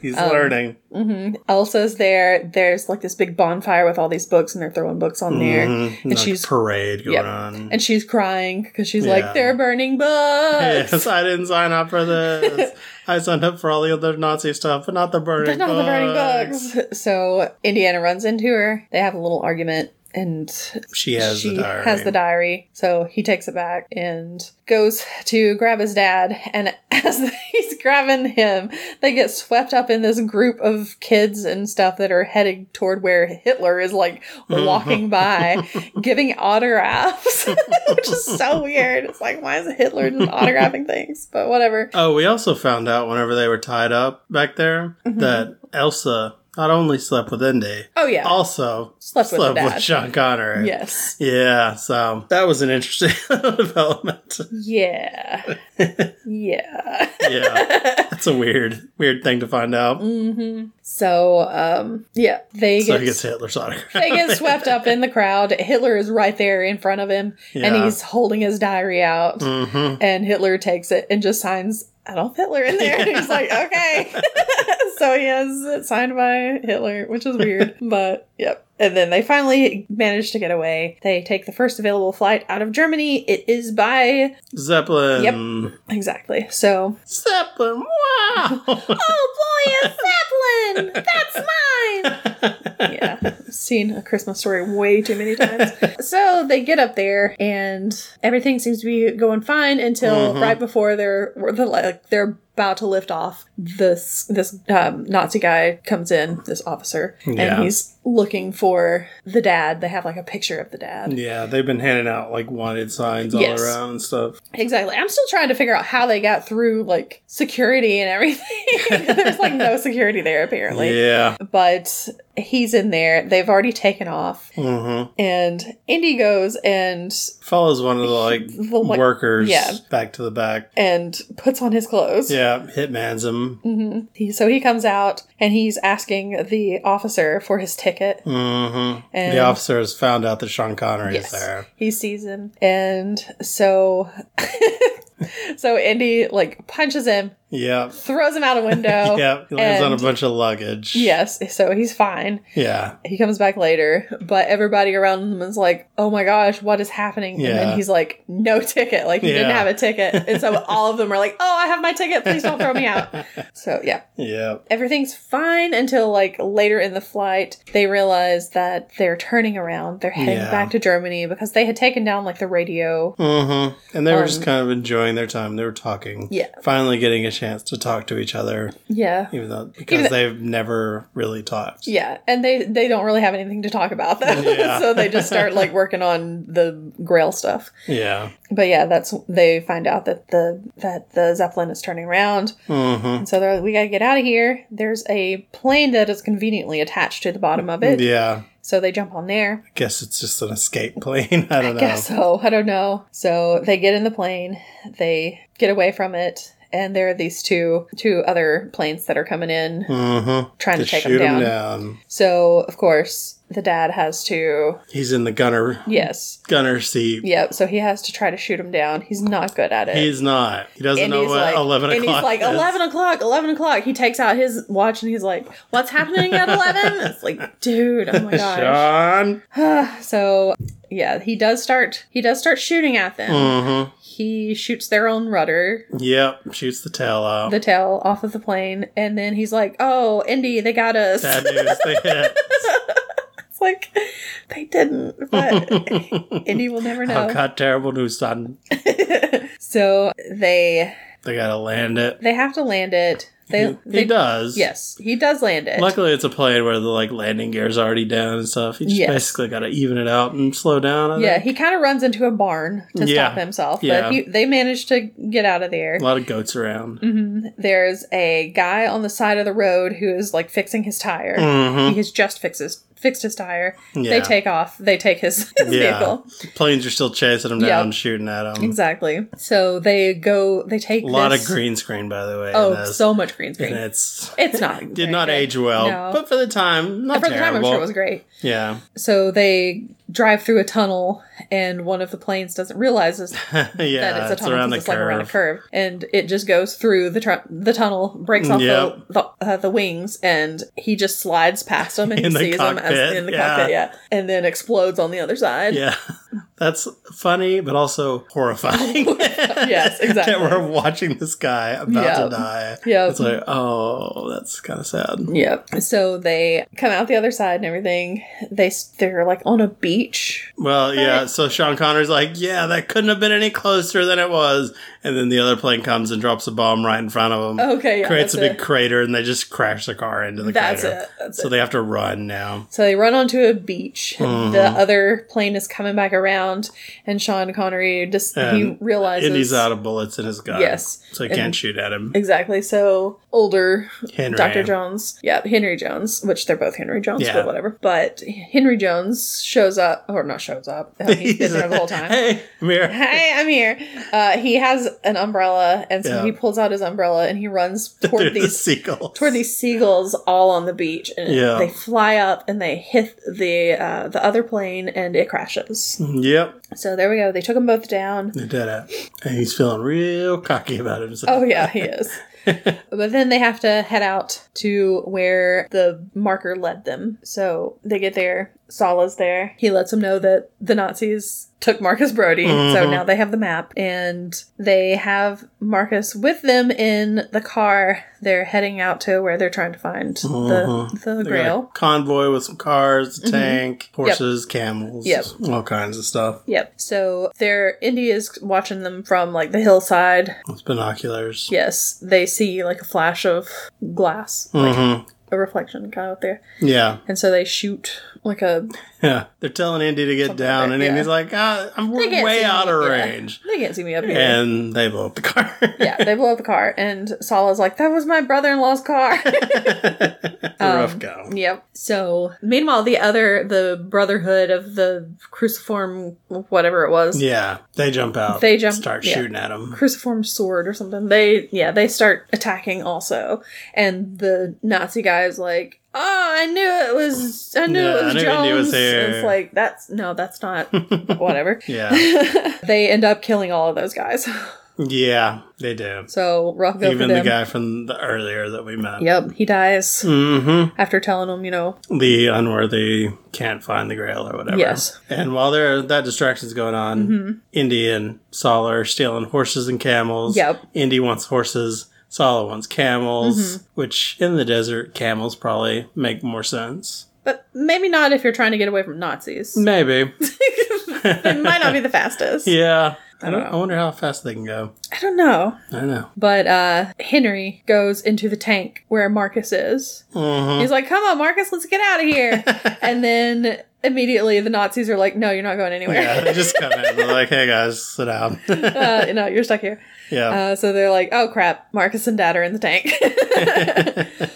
He's um, learning. hmm Elsa's there. There's like this big bonfire with all these books, and they're throwing books on there. Mhm. And Like she's parade going yep. on. and she's crying because she's Yeah. like, they're burning *laughs* books. *laughs* Yes, I didn't sign up for this. *laughs* I signed up for all the other Nazi stuff, but not the They're burning not the books. burning books. So Indiana runs into her. They have a little argument, and She has she the diary. has the diary. So he takes it back and goes to grab his dad. And *laughs* as he's grabbing him, they get swept up in this group of kids and stuff that are headed toward where Hitler is like Mm-hmm. walking by, *laughs* giving autographs, *laughs* which is so weird. It's like, why is Hitler just autographing things? But whatever. Oh, we also found out whenever they were tied up back there Mm-hmm. that Elsa not only slept with Indy, Oh, yeah. also Slept with the slept with, dad. Sean Connery. yes. Yeah, so that was an interesting *laughs* development. *laughs* Yeah. yeah. Yeah, *laughs* that's a weird, weird thing to find out. hmm So, um, yeah, they So get he gets Hitler's autograph. they get *laughs* swept up in the crowd. Hitler is right there in front of him, Yeah. and he's holding his diary out. hmm And Hitler takes it and just signs Adolf Hitler in there. *laughs* And he's like, okay. *laughs* so he has it signed by Hitler, which is weird, but yep. And then they finally manage to get away. They take the first available flight out of Germany. It is by Zeppelin. exactly. So, Zeppelin. Wow. oh boy, a Zeppelin. That's mine. yeah. seen a Christmas story way too many *laughs* times. so they get up there and everything seems to be going fine until Mhm. right before they're where they're like they're about to lift off. This this um, Nazi guy comes in, this officer, Yeah. and he's looking for the dad. They have like a picture of the dad. *laughs* Yeah, they've been handing out like wanted signs all Yes. around and stuff. Exactly. I'm still trying to figure out how they got through like security and everything. *laughs* There's like no security there apparently. yeah. But he's in there. They've already taken off. hmm And Indy goes and Follows one of the *laughs* like The, like- workers yeah. back to the back. and puts on his clothes. Yeah, hitmans him. hmm He, so he comes out and he's asking the officer for his ticket. hmm And the officer has found out that Sean Connery is yes, there. he sees him, and so *laughs* so Indy like punches him, Yep. throws him out a *laughs* window. Yep. He lands on a Oh, and- bunch of luggage. Yes, so he's fine. Yeah. He comes back later, but everybody around him is like, "Oh my gosh, what is happening?" And Yeah. then he's like, "No ticket. Like he didn't Yeah. have a ticket." *laughs* And so all of them are like, "Oh, I have my ticket. Please don't throw me out." So yeah, Yep. everything's fine until like later in the flight they realize that they're turning around they're heading Yeah. back to germany because they had taken down like the radio hmm And they were just Um, kind of enjoying their time. They were talking. Yeah. Finally getting a chance to talk to each other, yeah even though because Even- they've never really talked. yeah and they they don't really have anything to talk about *laughs* though Yeah. so they just start like working on the grail stuff Yeah. but yeah that's they find out that the that the zeppelin is turning around hmm and so they're like we gotta get out of here there's a plane that is conveniently attached to the bottom of it Mm, Yeah. so they jump on there I guess it's just an escape plane. *laughs* I don't know. guess so. *laughs* I don't know. So they get in the plane, they get away from it, and there are these two two other planes that are coming in Mm-hmm. trying to, take them down. So of course the dad has to He's in the gunner yes, gunner seat. yep. So he has to try to shoot him down. He's not good at it. He's not. He doesn't and know he's what like, eleven and o'clock. he's like is. eleven o'clock, eleven o'clock. He takes out his watch and he's like, "What's happening at 11? It's like, dude, oh *laughs* my gosh. *laughs* Sean. *sighs* so yeah, he does start. He does start shooting at them. Mm-hmm. He shoots their own rudder, Yep. Shoots the tail *laughs* out. the tail off of the plane, and then he's like, "Oh, Indy, they got us." Bad news. They *laughs* hit. it's like they didn't, but *laughs* Indy will never I've know. got terrible news, son. so they They gotta land it. they have to land it. They he, they he does. Yes, he does land it. Luckily, it's a plane where the like landing gear's already down and stuff. You just Yes. basically gotta even it out and slow down. I yeah, think. he kind of runs into a barn to Yeah. stop himself, Yeah. but he, they managed to get out of there. A lot of goats around. Mhm. There's a guy on the side of the road who is like fixing his tire. Mm-hmm. He has just fixes fixed his tire. Yeah. They take off. They take his, *laughs* his Yeah. vehicle. Planes are still chasing them Yeah. down, shooting at them. Exactly. So they go. They take A lot this, of green screen, by the way. Oh, in this. so much green screen. and it's It's *laughs* not. did very not good. age well, No. but for the time, not For the time, terrible. I'm sure it was great. yeah, *laughs* So they drive through a tunnel, and one of the planes doesn't realize this- yeah, that it's it's a tunnel around 'cause the it's like around a curve. curve, and it just goes through the tr- the tunnel, breaks off Yep. the the, uh, the wings, and he just slides past them, *laughs* and In the he sees them as cockpit, in the yeah. cockpit, yeah, and then explodes on the other side. Yeah, *laughs* that's funny, but also *laughs* horrifying. *laughs* yes, exactly. that we're watching this guy about Yeah. to die. Yep. it's like oh, that's kind of sad. Yep. So they come out the other side and everything. They s- they're like on a beach. Well, yeah. But- So Sean Connery's like, yeah, that couldn't have been any closer than it was, and then the other plane comes and drops a bomb right in front of him. Okay, Oh, yeah, Creates a that's big it. crater and they just crash the car into the That's crater. it. That's so they have to run now. So they run onto a beach. The Uh-huh. other plane is coming back around, and Sean Connery just he And realizes Indy's out of bullets in his gun. Yes. So he And- can't shoot at him. exactly. So older Henry. Dr. Jones, yeah, Henry Jones, which they're both Henry Jones, Yeah. but whatever. But Henry Jones shows up, or not shows up. um, He's *laughs* been there the whole time. Hey, I'm here. Hi, I'm here. Uh, he has an umbrella, and so Yeah. he pulls out his umbrella and he runs Through *laughs* toward the these seagull. toward these seagulls all on the beach, and Yeah. they fly up and they hit the uh, the other plane, and it crashes. Yep. So there we go. They took them both down. They did it. And he's feeling real cocky about himself. *laughs* Oh yeah, he is. But then they have to head out to where the marker led them. So they get there. Sala's there. He lets them know that the Nazis took Marcus Brody. So Mhm. now they have the map. And they have Marcus with them in the car. They're heading out to where they're trying to find Mhm. the, the They got a grail. convoy with some cars, a tank, horses, camels, Mm-hmm. Yep. all kinds of stuff. Yep. So they're Indy is watching them from like the hillside. With binoculars. Yes, they see like a flash of glass, Mhm. a reflection kind of out there. Yeah, And so they shoot like a yeah. They're telling Indy to get Something down, like and that, Indy's yeah. like, ah, "I'm They can't way see out me, of yeah. range," they can't see me up here. and they blow up the car. yeah, they blow up the car, and Sala's like, "That was my brother-in-law's *laughs* car." *laughs* the rough Um, go. Yep. So meanwhile, the other, the Brotherhood of the Cruciform, whatever it was, Yeah, they jump out. They jump- Start yeah. shooting at him. cruciform sword or something. They yeah, they start attacking also. And the Nazi guy's like, Oh, I knew it was I knew Yeah, it I was knew Jones. Indy was And here. It's like that's no, *laughs* that's not whatever. Yeah, *laughs* they end up killing all of those guys. yeah, they do. *laughs* So rough go Even the for them. guy from the earlier that we met. Yep, he dies hmm after telling them, you know, the unworthy can't find the grail or whatever. Yes. Mm-hmm. And while there that distraction's going on, Indy and Sala are stealing horses and camels. Yep. Indy wants horses, Sala wants Mm-hmm. camels, which in the desert camels probably make more sense. but maybe not if you're trying to get away *laughs* from Nazis. *laughs* Maybe. it might not be the fastest. Yeah. I don't don't I wonder how fast they can go. I don't know. I know. But uh Henry goes into the tank where Marcus is. Mhm. He's like, "Come on, Marcus, let's get out *laughs* of here!" and then immediately the Nazis are like, "No, you're not going anywhere. Yeah, they just come in. They're like, hey guys, sit down. *laughs* *laughs* uh, no, you're stuck here." yeah. Uh, so they're like, "Oh crap, Marcus and Dad are in *laughs* the tank."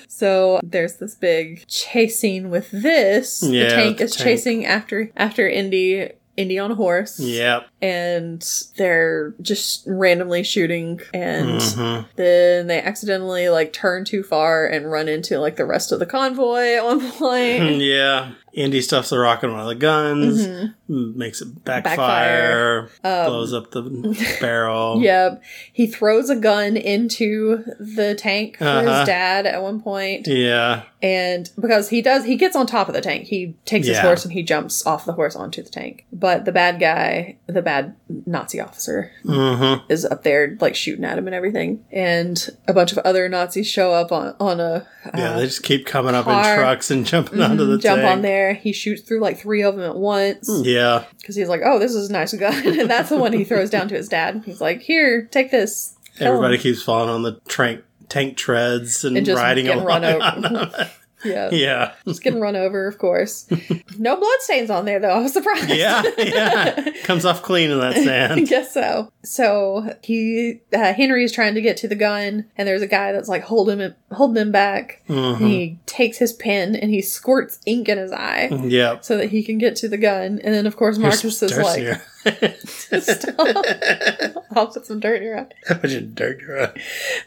so there's this big chase scene with this. Yeah, the tank the is tank. chasing after after Indy. Indy on a horse. yep. And they're just randomly shooting and Mhm. then they accidentally like turn too far and run into like the rest of the convoy at one point. Yeah. Indy stuffs the rocket in one of the guns. Mhm. m- makes it backfire, Backfire. Um, blows up *laughs* the barrel. Yep. He throws a gun into the tank for Uh-huh. his dad at one point. Yeah. And because he does, he gets on top of the tank. He takes his Yeah. horse and he jumps off the horse onto the tank. But the bad guy, the bad Nazi officer, Mm-hmm. is up there like shooting at him and everything. And a bunch of other Nazis show up on, on a. Yeah, uh, they just keep coming up in car. trucks and *laughs* jumping onto the tank. jump Hmm. Mm, on there. He shoots through like three of them at once. Yeah. because he's like, "Oh, this is a nice gun," *laughs* and that's the one he throws down to his dad. He's like, "Here, take this." Kill him." Everybody keeps falling on the tank tank treads and, Oh. And just riding getting along. run over. on them. yeah, *laughs* yeah. just getting run over, *laughs* of course. no bloodstains on there, though. I was surprised. Yeah. *laughs* Yeah. Comes off clean in that I *laughs* sand. guess so. So he uh, Henry is trying to get to the gun, and there's a guy that's like holding him holding him back. Mhm. He takes his pen and he squirts ink in his eye. Yep. So that he can get to the gun, and then of course Here's Marcus some is dirt like, *laughs* here. *laughs* "Stop! I'll put some dirt in your eye." Put your dirt in your eye.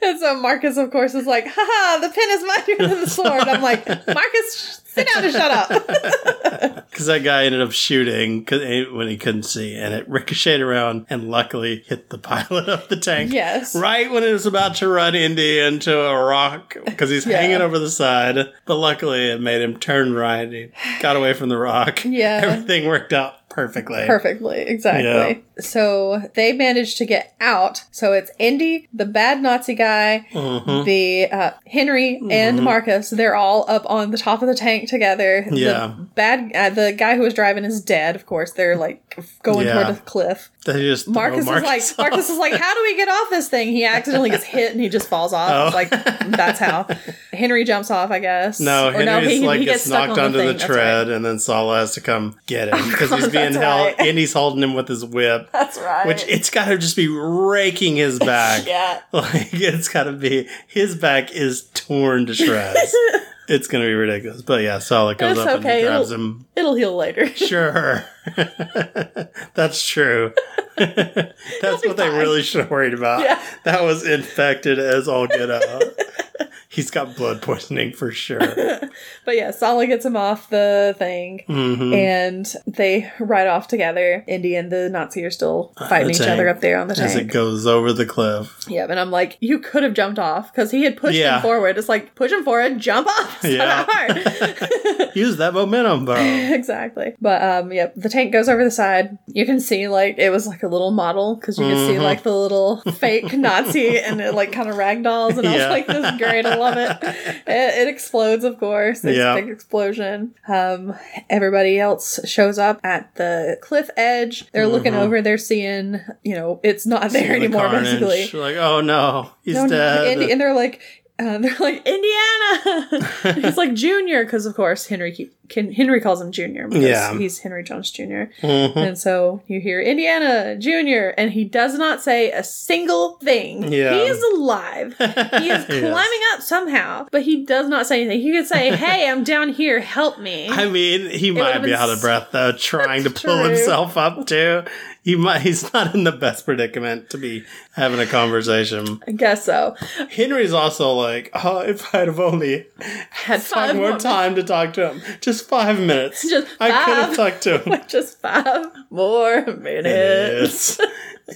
And so Marcus, of course, is like, haha, the pen is mightier than the sword. I'm like, Marcus, sh- sit down and shut up. Because that guy ended up shooting 'cause- eh, when he couldn't see, and it ricocheted around and luckily hit the *laughs* pilot of the tank. yes. Right when it was about to run Indy into a rock because he's *laughs* Yeah. hanging over the side, but luckily it made him turn right. He got away from the rock. *laughs* Yeah. everything worked out perfectly. Perfectly, exactly. So they managed to get out. So it's Indy, the bad Nazi guy, Mhm. the uh, Henry, and Mm-hmm. Marcus. They're all up on the top of the tank together. Yeah. The bad, uh, the guy who was driving is dead. Of course, they're like going Yeah. toward a cliff. They just throw Marcus, is Marcus like, Marcus is like, how do we get off this thing? He accidentally gets hit and he just falls off. Oh. It's Like that's how Henry jumps off, I *laughs* guess. No, Or Henry's he- like he gets, stuck knocked on onto the, thing, that's tread, right. and then Sala has to come *laughs* get him because he's course, being that's held. right. Indy's holding him with his whip, That's right. which it's got to just be raking *laughs* his back. yeah. *laughs* Like it's got to be his back is torn to *laughs* shreds. it's gonna be ridiculous. But yeah, Sala comes It's up okay, and grabs it'll- him. It'll heal later. Sure. *laughs* That's true. *laughs* That's be what they fine. really should have worried about. Yeah. That was infected as all get out. *laughs* He's got blood poisoning for sure. but yeah, Sala gets him off the thing. *laughs* hmm And they ride off together. Indy and the Nazi are still fighting Uh, the each tank. other up there on the As it tank. goes over the cliff. Yeah, and I'm like, you could have jumped off because he had pushed Yeah. him forward. It's like push him forward, jump off. *laughs* It's Yeah. not hard. Use that momentum, *laughs* bro. exactly. But um, yep, the tank goes over the side. You can see like it was like a little model because you can see Mhm. like *laughs* the little fake Nazi and it like kind of ragdolls. And I was Yeah. like, this is great. I love *laughs* it. It, it explodes, of course. There's Yeah. a big explosion. Um, everybody else shows up at the cliff edge. They're looking Mhm. over. They're seeing, you know, it's not there The anymore. *laughs* carnage. Basically, Like, oh no, he's no, no, dead. Indi- and they're like, uh, *laughs* they're like Indiana. he's like Junior because of course Henry ke- Ken- Henry calls him Junior because Yeah. he's Henry Jones Junior. *laughs* *laughs* Mhm. And so you hear Indiana Junior, and he does not say a single thing. Yeah. he is *laughs* alive. He is Yes. climbing up somehow, but he does not say anything. He could *laughs* say, "Hey, I'm down here. Help me." I mean, he might would've be been out of s- breath though, trying *laughs* to pull True. himself up too. He might he's not in the best predicament to be having a conversation. I guess so. *laughs* Henry Henry's also like, oh, if I'd have only had five five more more- time to talk to him, just five minutes. Just I could have *laughs* five. talked to him. just five more minutes.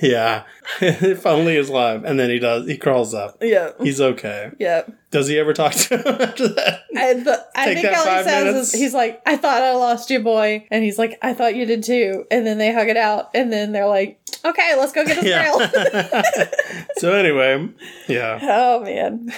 Yes. yeah, *laughs* if only he's alive. And then he does. He crawls up. Yeah, He's okay. yeah. Does he ever talk to him *laughs* after that? I, th- *laughs* I Take think that all he five says minutes. is he's like, I thought I lost you, boy. And he's like, I thought you did too. And then they hug it out. And then they're like, okay, let's go get a grill. *laughs* Yeah. so anyway, yeah. *laughs* *laughs* oh, man.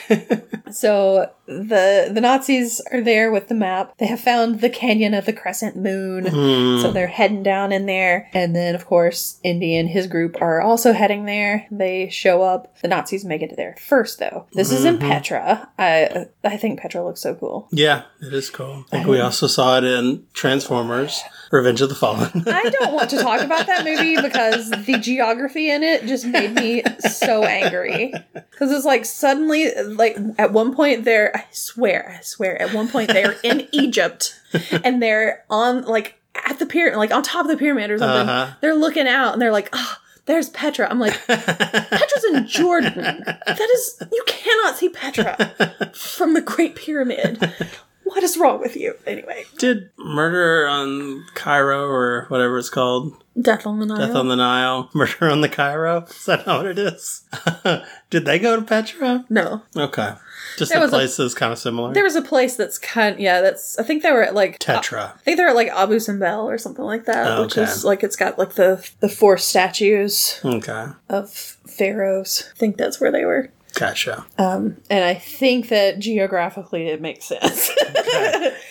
so the the Nazis are there with the map. They have found the canyon of the crescent moon. Hmm. So they're heading down in there. And then, of course, Indy and his group are also heading there. They show up. The Nazis make it there first, though. This is in Mhm. Petra. I, I think Petra looks so cool. Yeah, it is cool. I think Um, we also saw it in Transformers: Revenge of the Fallen. *laughs* I don't want to talk about that movie because the geography in it just made me so angry. Because it's like suddenly, like at one point they're, I swear, I swear, at one point they're *laughs* in Egypt and they're on like at the pyramid, like on top of the pyramid or something. Uh-huh. They're looking out and they're like, oh, there's Petra. I'm like, Petra's in Jordan. That is, you cannot see Petra from the Great Pyramid. What is wrong with you? Anyway, Did Murder on Cairo or whatever it's called, Death on the Nile. Death on the Nile, *laughs* Murder on the Cairo? Is that not what it is? *laughs* Did they go to Petra? no, Okay, just There the was a- place that's kind of similar. There was a place that's kind yeah, that's I think they were at like Tetra. I think they're at like Abu Simbel or something like that, Oh, which okay. is like it's got like the the four statues Okay, of pharaohs. I think that's where they were. gotcha. Um, and I think that geographically it makes sense. *laughs*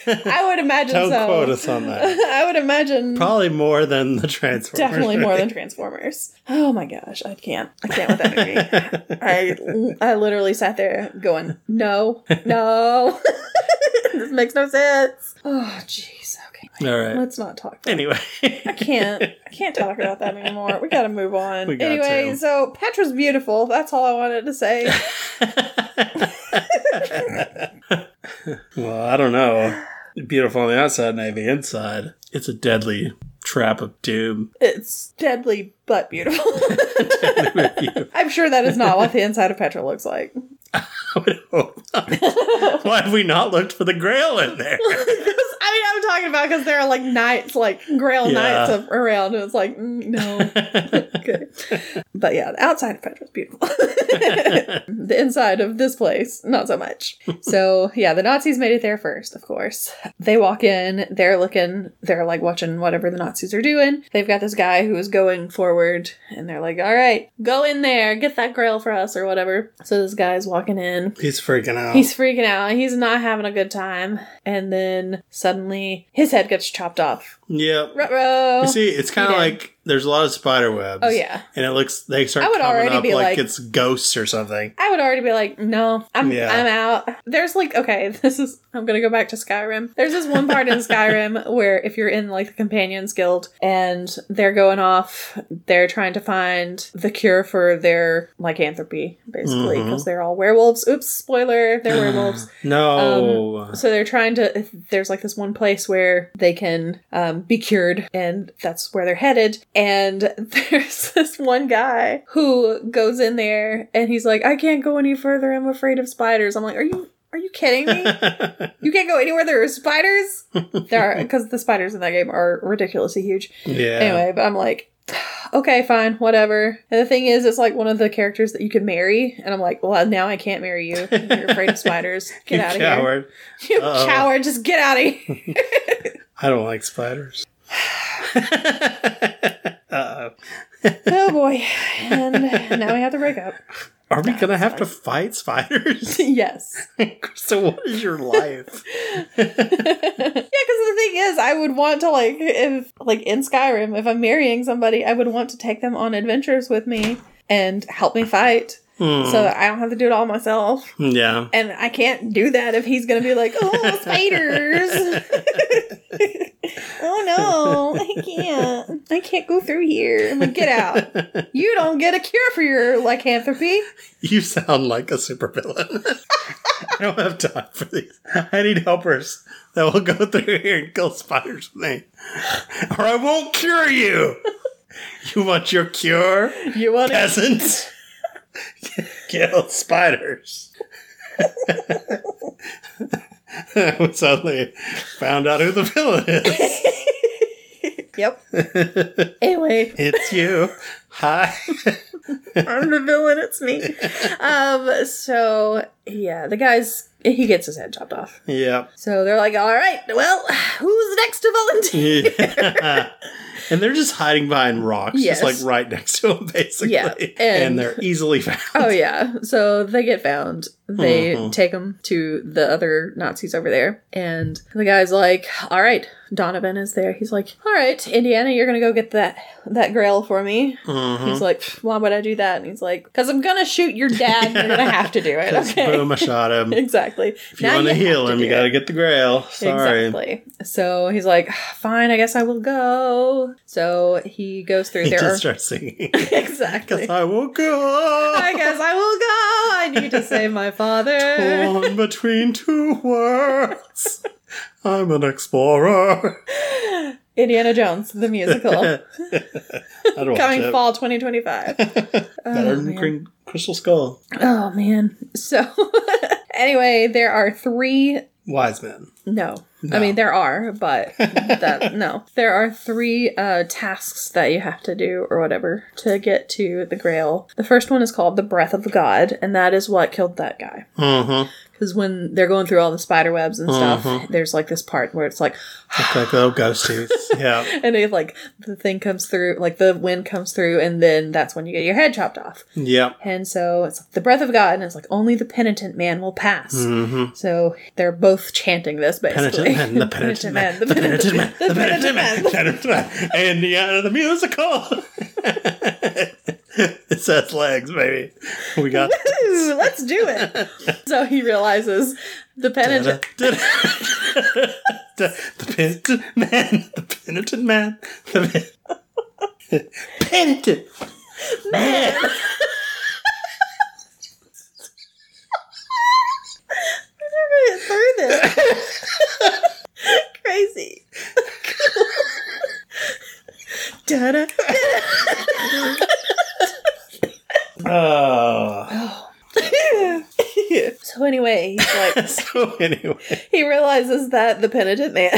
I would imagine Don't so. quote us on that. *laughs* I would imagine Probably more than the Transformers. *laughs* definitely more movie. than Transformers. Oh my gosh, I can't. I can't with that movie. I I literally sat there going, "No. No. *laughs* this makes no sense." Oh jeez. Okay. All *laughs* right. Let's not talk. Anyway, *laughs* I can't. I can't talk about that anymore. We got to move on. We got anyway, to. so Petra's beautiful. That's all I wanted to say. Well, I don't know. Beautiful on the outside, navy inside. It's a deadly trap of doom. It's deadly but beautiful. *laughs* I I'm sure that is not what the inside of Petra looks like. *laughs* would hope not. Why have we not looked for the grail in there? I mean, I'm talking about because there are like nights, like grail Yeah. nights of, around, and it's like, mm, *laughs* no. okay. But yeah, the outside of Petra's beautiful. *laughs* the inside of this place, not so much. So yeah, the Nazis made it there first, of course. They walk in, they're looking, they're like watching whatever the Nazis are doing. They've got this guy who is going forward, and they're like, all right, go in there, get that grail for us, or whatever. So this guy's walking in. *laughs* He's freaking out. He's freaking out. He's not having a good time. And then suddenly his head gets chopped off. yep. Ruh-roh. You see, it's kind of did. like there's a lot of spider webs. Oh, yeah. And it looks they start I would coming already up be like, like- it's ghosts or something. I would already be like, no, I'm Yeah. I'm out. There's like, okay, *laughs* this is I'm gonna go back to Skyrim. There's this one *laughs* part in Skyrim where if you're in like the Companions Guild and they're going off, they're trying to find the cure for their lycanthropy, basically, Mhm. because they're all werewolves. Oops, spoiler, *sighs* they're Hmm. werewolves. Um, No. *laughs* So they're trying to. There's like this one place where they can um, be cured, and that's where they're headed. And *laughs* there's this one guy who goes in there, and he's like, "I can't go any further. I'm afraid of spiders." I'm like, "Are you Are you *laughs* kidding me? you can't go anywhere there are spiders. *laughs* There are because the spiders in that game are ridiculously huge. yeah. Anyway, but I'm like, *sighs* okay, fine, whatever. And the thing is, it's like one of the characters that you could marry, and I'm like, well, now I can't marry you. You're afraid *laughs* of spiders. Get you out of here. coward. *laughs* You Uh-oh. coward, just get out of here. I don't like *sighs* spiders. *laughs* Uh-oh. *laughs* oh boy. And now we have to break up. Are we gonna have to fight spiders? *laughs* *laughs* yes. *laughs* so what is your life? yeah, because the thing is, I would want to like if like in Skyrim, if I'm marrying somebody, I would want to take them on adventures with me and help me fight, Hmm. so that I don't have to do it all myself. yeah. And I can't do that if he's gonna be like, "Oh, spiders! *laughs* oh no, I can't! I can't go through here." I'm like, "Get out! You don't get a cure for your lycanthropy." *laughs* You sound like a supervillain. *laughs* I don't have time for these. I need helpers that will go through here and kill spiders with me. Or I won't cure you. *laughs* You want your cure, You want to? peasants? *laughs* kill spiders. *laughs* we suddenly found out who the villain is. Yep. *laughs* anyway, It's you. Hi. *laughs* I'm the villain. It's me. Um. So yeah, the guy's he gets his head chopped off. Yep. So they're like, all right, well, who's next to volunteer? Yeah. *laughs* and they're just hiding behind rocks, Yes. just like right next to them, basically. Yeah, And, and- they're easily found. *laughs* Oh yeah. So they get found. They Mhm. take him to the other Nazis over there, and the guy's like, all right, Donovan is there. He's like, all right, Indiana, you're gonna go get that that Grail for me. Mhm. He's like, why would I do that? And he's like, because I'm gonna shoot your dad. and You're gonna have to do it. *laughs* 'Cause Okay. Boom, I shot him. If *laughs* Exactly. you want to heal him, you got to get the grail. Sorry. Exactly. So he's like, fine, I guess I will go. So he goes *laughs* through He there. just Are... starts singing. *laughs* exactly. *laughs* Because I will go *laughs* I guess I will go. I need to *laughs* save my father. on between two worlds. I'm an *laughs* explorer. Indiana Jones, *laughs* the musical, I'd watch coming it. fall 2025. Better than man. Green Crystal Skull. oh, man. So, *laughs* anyway, there are three. Wise men. No. No. I mean, there are, but that, no. There are three uh, tasks that you have to do or whatever to get to the Grail. The first one is called the Breath of God, and that is what killed that guy. Uh-huh. Mm-hmm. Because when they're going through all the spider webs and stuff, Mhm. there's like this part where it's like, *laughs* Like little ghosties. Yeah. and it like the thing comes through, like the wind comes through, and then that's when you get your head chopped off. Yep. And so it's like the breath of God, and it's like only the penitent man will pass. Mm-hmm. So they're both chanting this basically. Penitent man, *laughs* the penitent man, the penitent man, the penitent man, the penitent man, and the end of the musical. *laughs* it says legs, baby. We *laughs* got. Ooh, let's do it. *laughs* so he realizes the the penitent. the penitent man, the penitent man, the pen- penitent man. I've never been through this. *laughs* Crazy. *laughs* *laughs* Da-da. Oh. so anyway, he's like, So anyway, he realizes that the penitent man *laughs*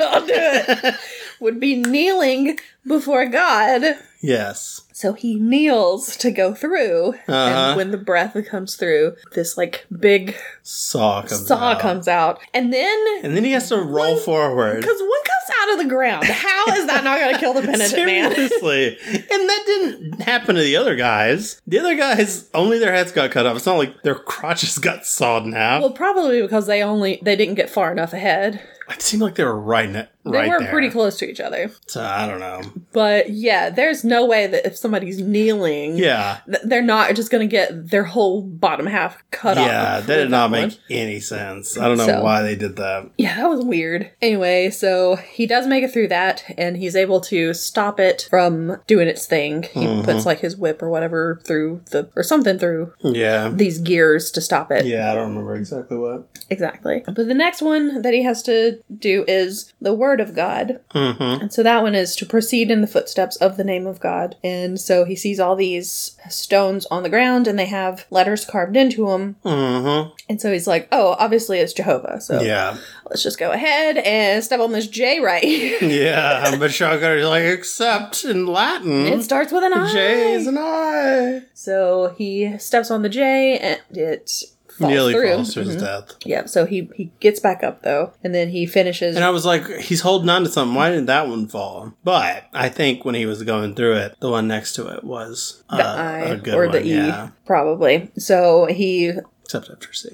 I'll do it, would be kneeling before God. yes. So he kneels to go through, Uh-huh. and when the breath comes through, this like big Saw comes. saw out. comes out, and then And then he has to roll forward. Because one comes out of the ground. How is that not going to kill the penitent man? Seriously. and that didn't happen to the other guys. The other guys, only their heads got cut off. It's not like their *laughs* crotches got sawed in half. Well, probably because they only they didn't get far enough ahead. it seemed like they were right, ne- They right were there. pretty close to each other. So, I don't know. But yeah, there's no way that if somebody's kneeling, Yeah. th- they're not just going to get their whole bottom half cut off. yeah, that with did not one. make any sense. I don't know So- why they did that. Yeah, that was weird. Anyway, so he does make it through that, and he's able to stop it from doing its thing. He Mhm. puts like his whip or whatever through the or something through Yeah. these gears to stop it. Yeah, I don't remember exactly what. Exactly. But the next one that he has to do is the word word of God. Mm-hmm. And so that one is to proceed in the footsteps of the name of God. And so he sees all these stones on the ground and they have letters carved into them. Mm-hmm. And so he's like, oh, obviously it's Jehovah. So Yeah. let's just go ahead and step on this J right. it Yeah. *laughs* But Shotgunner's like, except in Latin. starts with an I. Mm-hmm. J is an I. So he steps on the J and it falls Nearly through. falls to his Mhm. death. Yeah, so he, he gets back up though, and then he finishes. And I was like, he's holding on to something. Why didn't that one fall? But I think when he was going through it, the one next to it was uh, the I a good or one. the E, Yeah. probably. So he Except after C.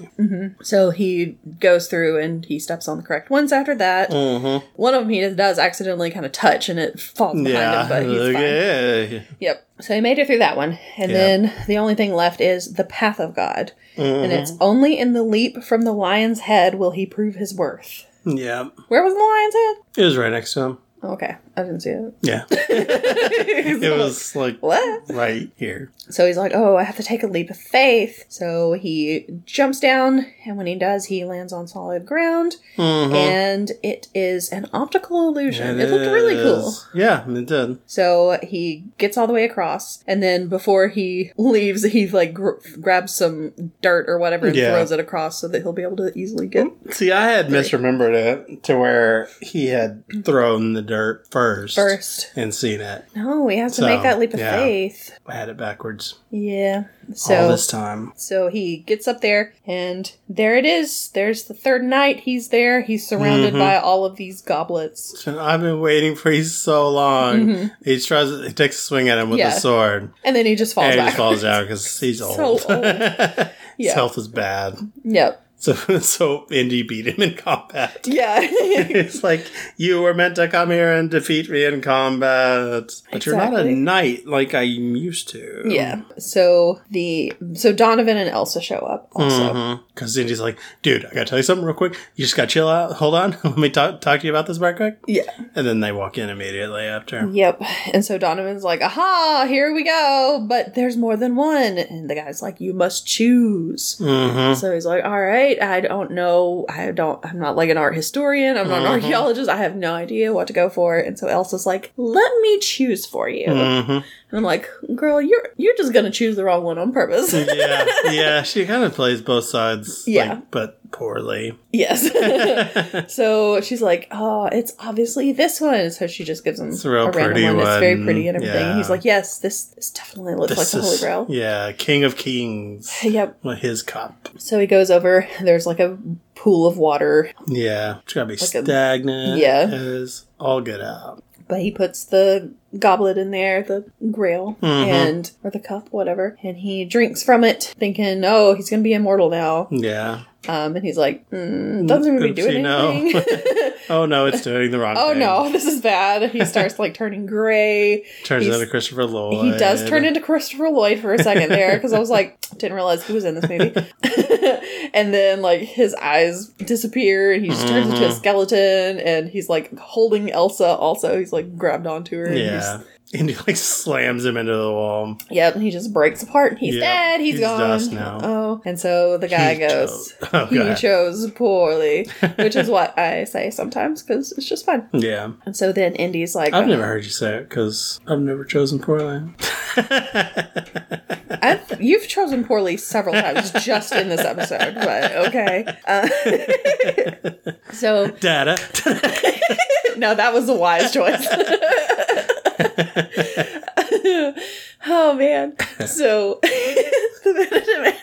so he goes through and he steps on the correct ones after that. Mm-hmm. One of them he does accidentally kind of touch and it falls behind Yeah. him, but he's Look fine. at- Yep. So he made it through that one, and Yeah. then the only thing left is the path of God, and it's only in the leap from the lion's head will he prove his worth. Yeah. Where was the lion's head? Oh, It was right next to him. Okay, I didn't see it. *laughs* Yeah. It was like what? right here. So he's like, "Oh, I have to take a leap of faith." So he jumps down, and when he does, he lands on solid ground, Mm-hmm. and it is an optical illusion. It, looked really cool. Yeah, it did. So he gets all the way across, and then before he *laughs* leaves, he like gr- grabs some dirt or whatever and Yeah. throws it across so that he'll be able to easily get. See, I had misremembered it to where he had thrown the dirt first, First, and seen it. no, he has to So, make that leap of yeah. faith. I had it backwards Yeah. all So this time. So he gets up there, and there it is. There's the third knight. He's there. He's surrounded Mhm. by all of these goblets. So *laughs* I've been waiting for you so long. He tries. He takes a swing at him with Mm-hmm. Yeah. a sword, And then he just falls and he back. just falls down because he's old. So *laughs* old. His Yeah. health is bad. *laughs* *laughs* Yep. So, so Indy beat him in combat. *laughs* Yeah. *laughs* It's like you were meant to come here and defeat me in combat, but you're not a Exactly. knight like I'm used to. yeah. So the so Donovan and Elsa show up also. Mm-hmm. Because Indy's like, dude, I gotta tell you something real quick. You just gotta chill out. Hold on. *laughs* Let me talk, talk to you about this right quick. Yeah. And then they walk in immediately after. Yep. And so Donovan's like, "Aha, here we go." But there's more than one. And the guy's like, "You must choose." Mm-hmm. So he's like, "All right, I don't know. I don't. I'm not like an art historian. I'm not an Mhm. archaeologist. I have no idea what to go for." And so Elsa's like, "Let me choose for you." Mm-hmm. And I'm like, "Girl, you're you're just gonna choose the wrong one on purpose." Yeah. Yeah. She kind of plays both sides. like, Yeah. but *laughs* poorly. *laughs* yes. it's so she's like, "Oh, it's obviously this one." So she just gives him It's a real pretty It's very one. pretty and everything. Yeah. He's like, "Yes, this this definitely looks like the Holy Grail." Yeah. King of Kings. *laughs* Yep. With his cup. So he goes over. There's like a pool of water, Yeah. It's gotta be a- stagnant. yeah. It's all good out. but he puts the goblet in there, the grail, Mhm. and or the cup, whatever, and he drinks from it, thinking, "Oh, he's gonna be immortal now." Yeah. Um, and he's like, mm, "Doesn't even do Oopsie, anything." *laughs* no. Oh no, it's doing the wrong *laughs* oh thing. no, this is bad. He starts like turning gray. Turns He's- into Christopher Lloyd. He does turn into Christopher Lloyd for a second there because I was like, *laughs* didn't realize he was in this movie. *laughs* and then like his eyes disappear and he just turns into a Mhm. skeleton and he's like holding Elsa also. He's like grabbed onto her. and Yeah. *laughs* he's- And he like slams him into the wall. yep. And he just breaks apart. He's Yep, dead. he's he's gone. dust now. Oh. And so the guy He goes. chose- *laughs* Oh, He God. chose poorly, *laughs* which is what I say sometimes because it's just fun. yeah. And so then Indy's like, I've uh, never heard you say it because I've never chosen *laughs* Portland. I've, you've chosen poorly several times just in this episode, but okay. Uh, so, Data. *laughs* no, that was a wise choice. oh, man. So, the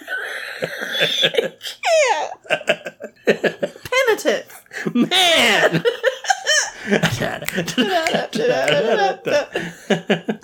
penitent. Penitent. *laughs* *laughs* Man!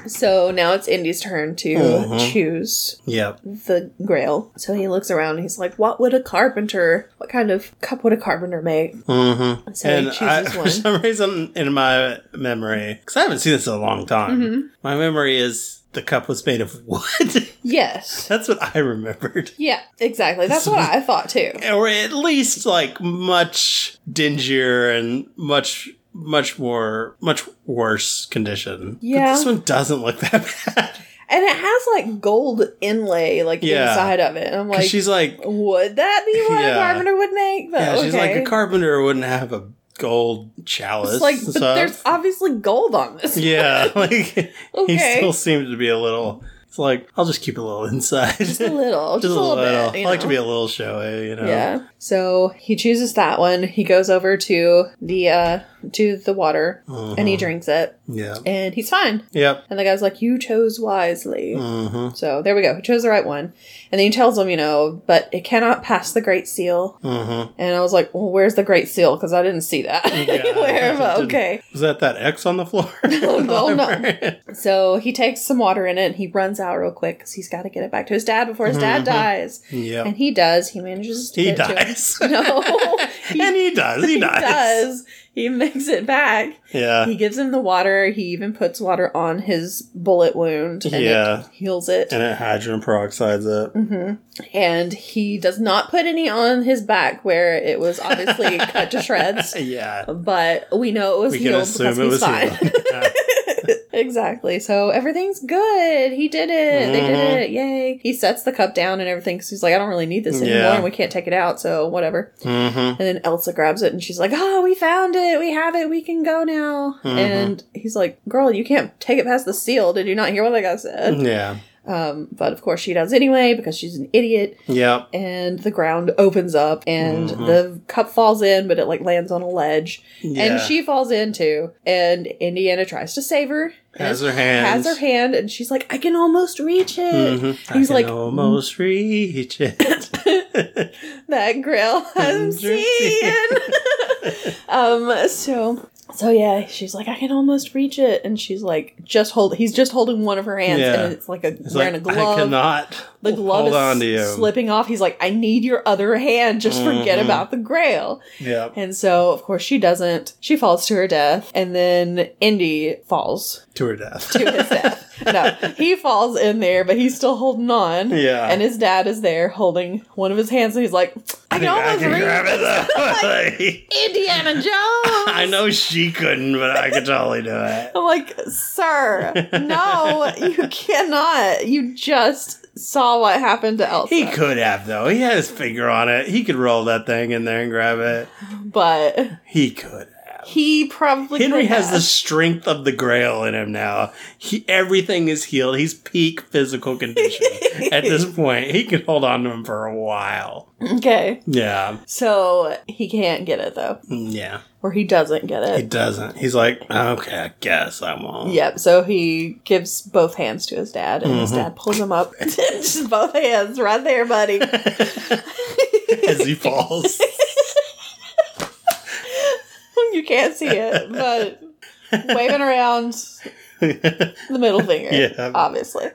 So now it's Indy's turn to Mhm. choose yep. the grail. So he looks around and he's like, What would a carpenter, what kind of cup would a carpenter make? Mm-hmm. So And he I, *laughs* chooses for one. some reason, in my memory, because I haven't seen this in a long time, Mm-hmm. my memory is the cup was made of *laughs* wood. Yes. That's what I remembered. Yeah, exactly. That's what I thought too. or at least like much dingier and much much more much worse condition. But Yeah. this one doesn't look that *laughs* bad. And it has like gold inlay like Yeah. inside of it. And I'm 'Cause like, she's like would that be what Yeah. a carpenter would make? But yeah, she's like okay. a carpenter wouldn't have a gold chalice. It's like, but so- there's obviously gold on *laughs* this. yeah, *laughs* like he Okay. still seems to be a little. It's like I'll just keep a little inside, *laughs* Just a little. Just, a little, bit. you I like to know. be a little showy, you know. Yeah. So he chooses that one. He goes over to the uh to the water and Uh-huh. he drinks it Mm-hmm. Yeah. and he's fine. Yep. And the guy's like, "You chose wisely." hmm So there we go. He chose the right one. And then he tells him, you know, but it cannot pass the Great Seal. hmm And I was like, well, where's the Great Seal? Because I didn't see that *laughs* anywhere. But okay. Was that that X on the floor? *laughs* *laughs* No, no. So he takes some water in it and he runs out real quick because he's got to get it back to his dad before his dad Mhm. dies. Yep. And he does. He manages to He get to it. dies. *laughs* *laughs* No. and he does. He, dies. does. He makes it back. Yeah. He gives him the water. He even puts water on his bullet wound and Yeah. it heals it. and it hydrogen peroxides it. hmm And he does not put any on his back where it was *laughs* obviously cut to shreds, Yeah. but we know it was We can healed assume because it he's was fine. healed. *laughs* *laughs* exactly. So everything's good. He did it. They Mhm. did it. Yay. He sets the cup down and everything because he's like, I don't really need this anymore Yeah. and we can't take it out, so whatever. mm-hmm. And then Elsa grabs it and she's like, Oh, we found it. We have it. We can go now. Mhm. And he's like, Girl, you can't take it past the seal. Did you not hear what that guy said? Mm-hmm. Yeah. Um, but of course she does anyway because she's an idiot. Yep. And the ground opens up and Mhm. the cup falls in, but it like lands on a ledge. Yeah. And she falls in too. And Indiana tries to save her. and has her hands. has her hand and she's like, I can almost reach it. Mhm. He's I can like- "Mm." almost reach *laughs* it. That grill *laughs* I'm seeing. *laughs* Um, so so yeah, she's like, I can almost reach it, and she's like, just hold. He's just holding one of her hands, Yeah. and it's like a It's wearing like, a I glove. cannot The glove hold is on to you. slipping off. He's like, I need your other hand. Just forget Mhm. about the grail. Yep. And so, of course, she doesn't. She falls to her death, and then Indy falls To her death. *laughs* to his death. No, he falls in there, but he's still holding on. yeah. And his dad is there holding one of his hands, and he's like, I can think almost reach grab *laughs* it *laughs* though. *laughs* Indiana Jones. I know she couldn't, but I could totally do it. I'm like, sir, no, you cannot. You just saw what happened to Elsa. He could have though. He had his finger on it. He could roll that thing in there and grab it. But He could. have. he probably Henry could has have. the strength of the Grail in him now. He everything is healed. He's peak physical *laughs* condition at this point. He can hold on to him for a while. Okay. Yeah, Mm, So he can't get it though. yeah. Or he doesn't get He it. doesn't. He's like, okay, I guess I won't. Yep, so he gives both hands to his dad, and his Mhm. dad pulls him up. *laughs* Just both hands, right there, buddy. *laughs* as he falls. you can't see it, but waving around the middle finger. Yeah. Obviously.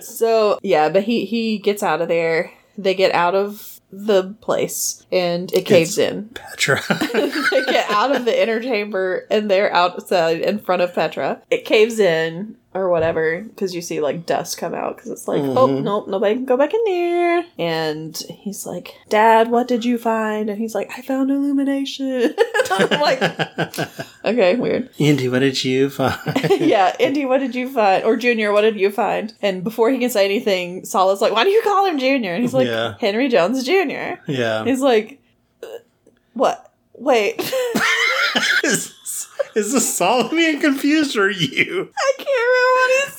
so yeah, but he he gets out of there. They get out of the place and it caves in. Petra. they get out of the inner chamber and they're outside in front of Petra. It caves in or whatever because you see like dust come out because it's like oh Mhm. nope nobody can go back in there and he's like dad what did you find and he's like I found illumination *laughs* *laughs* I'm like okay weird Indy, what did you *laughs* find? yeah, Indy, what did you find? Or Junior, what did you find? And before he can say anything, Saul is like, why do you call him Junior? And he's like, Yeah. Um. Henry Jones Jr. yeah. He's like, "Uh, what? Wait, *laughs* is, this- is this Solomon being confused or you? I can't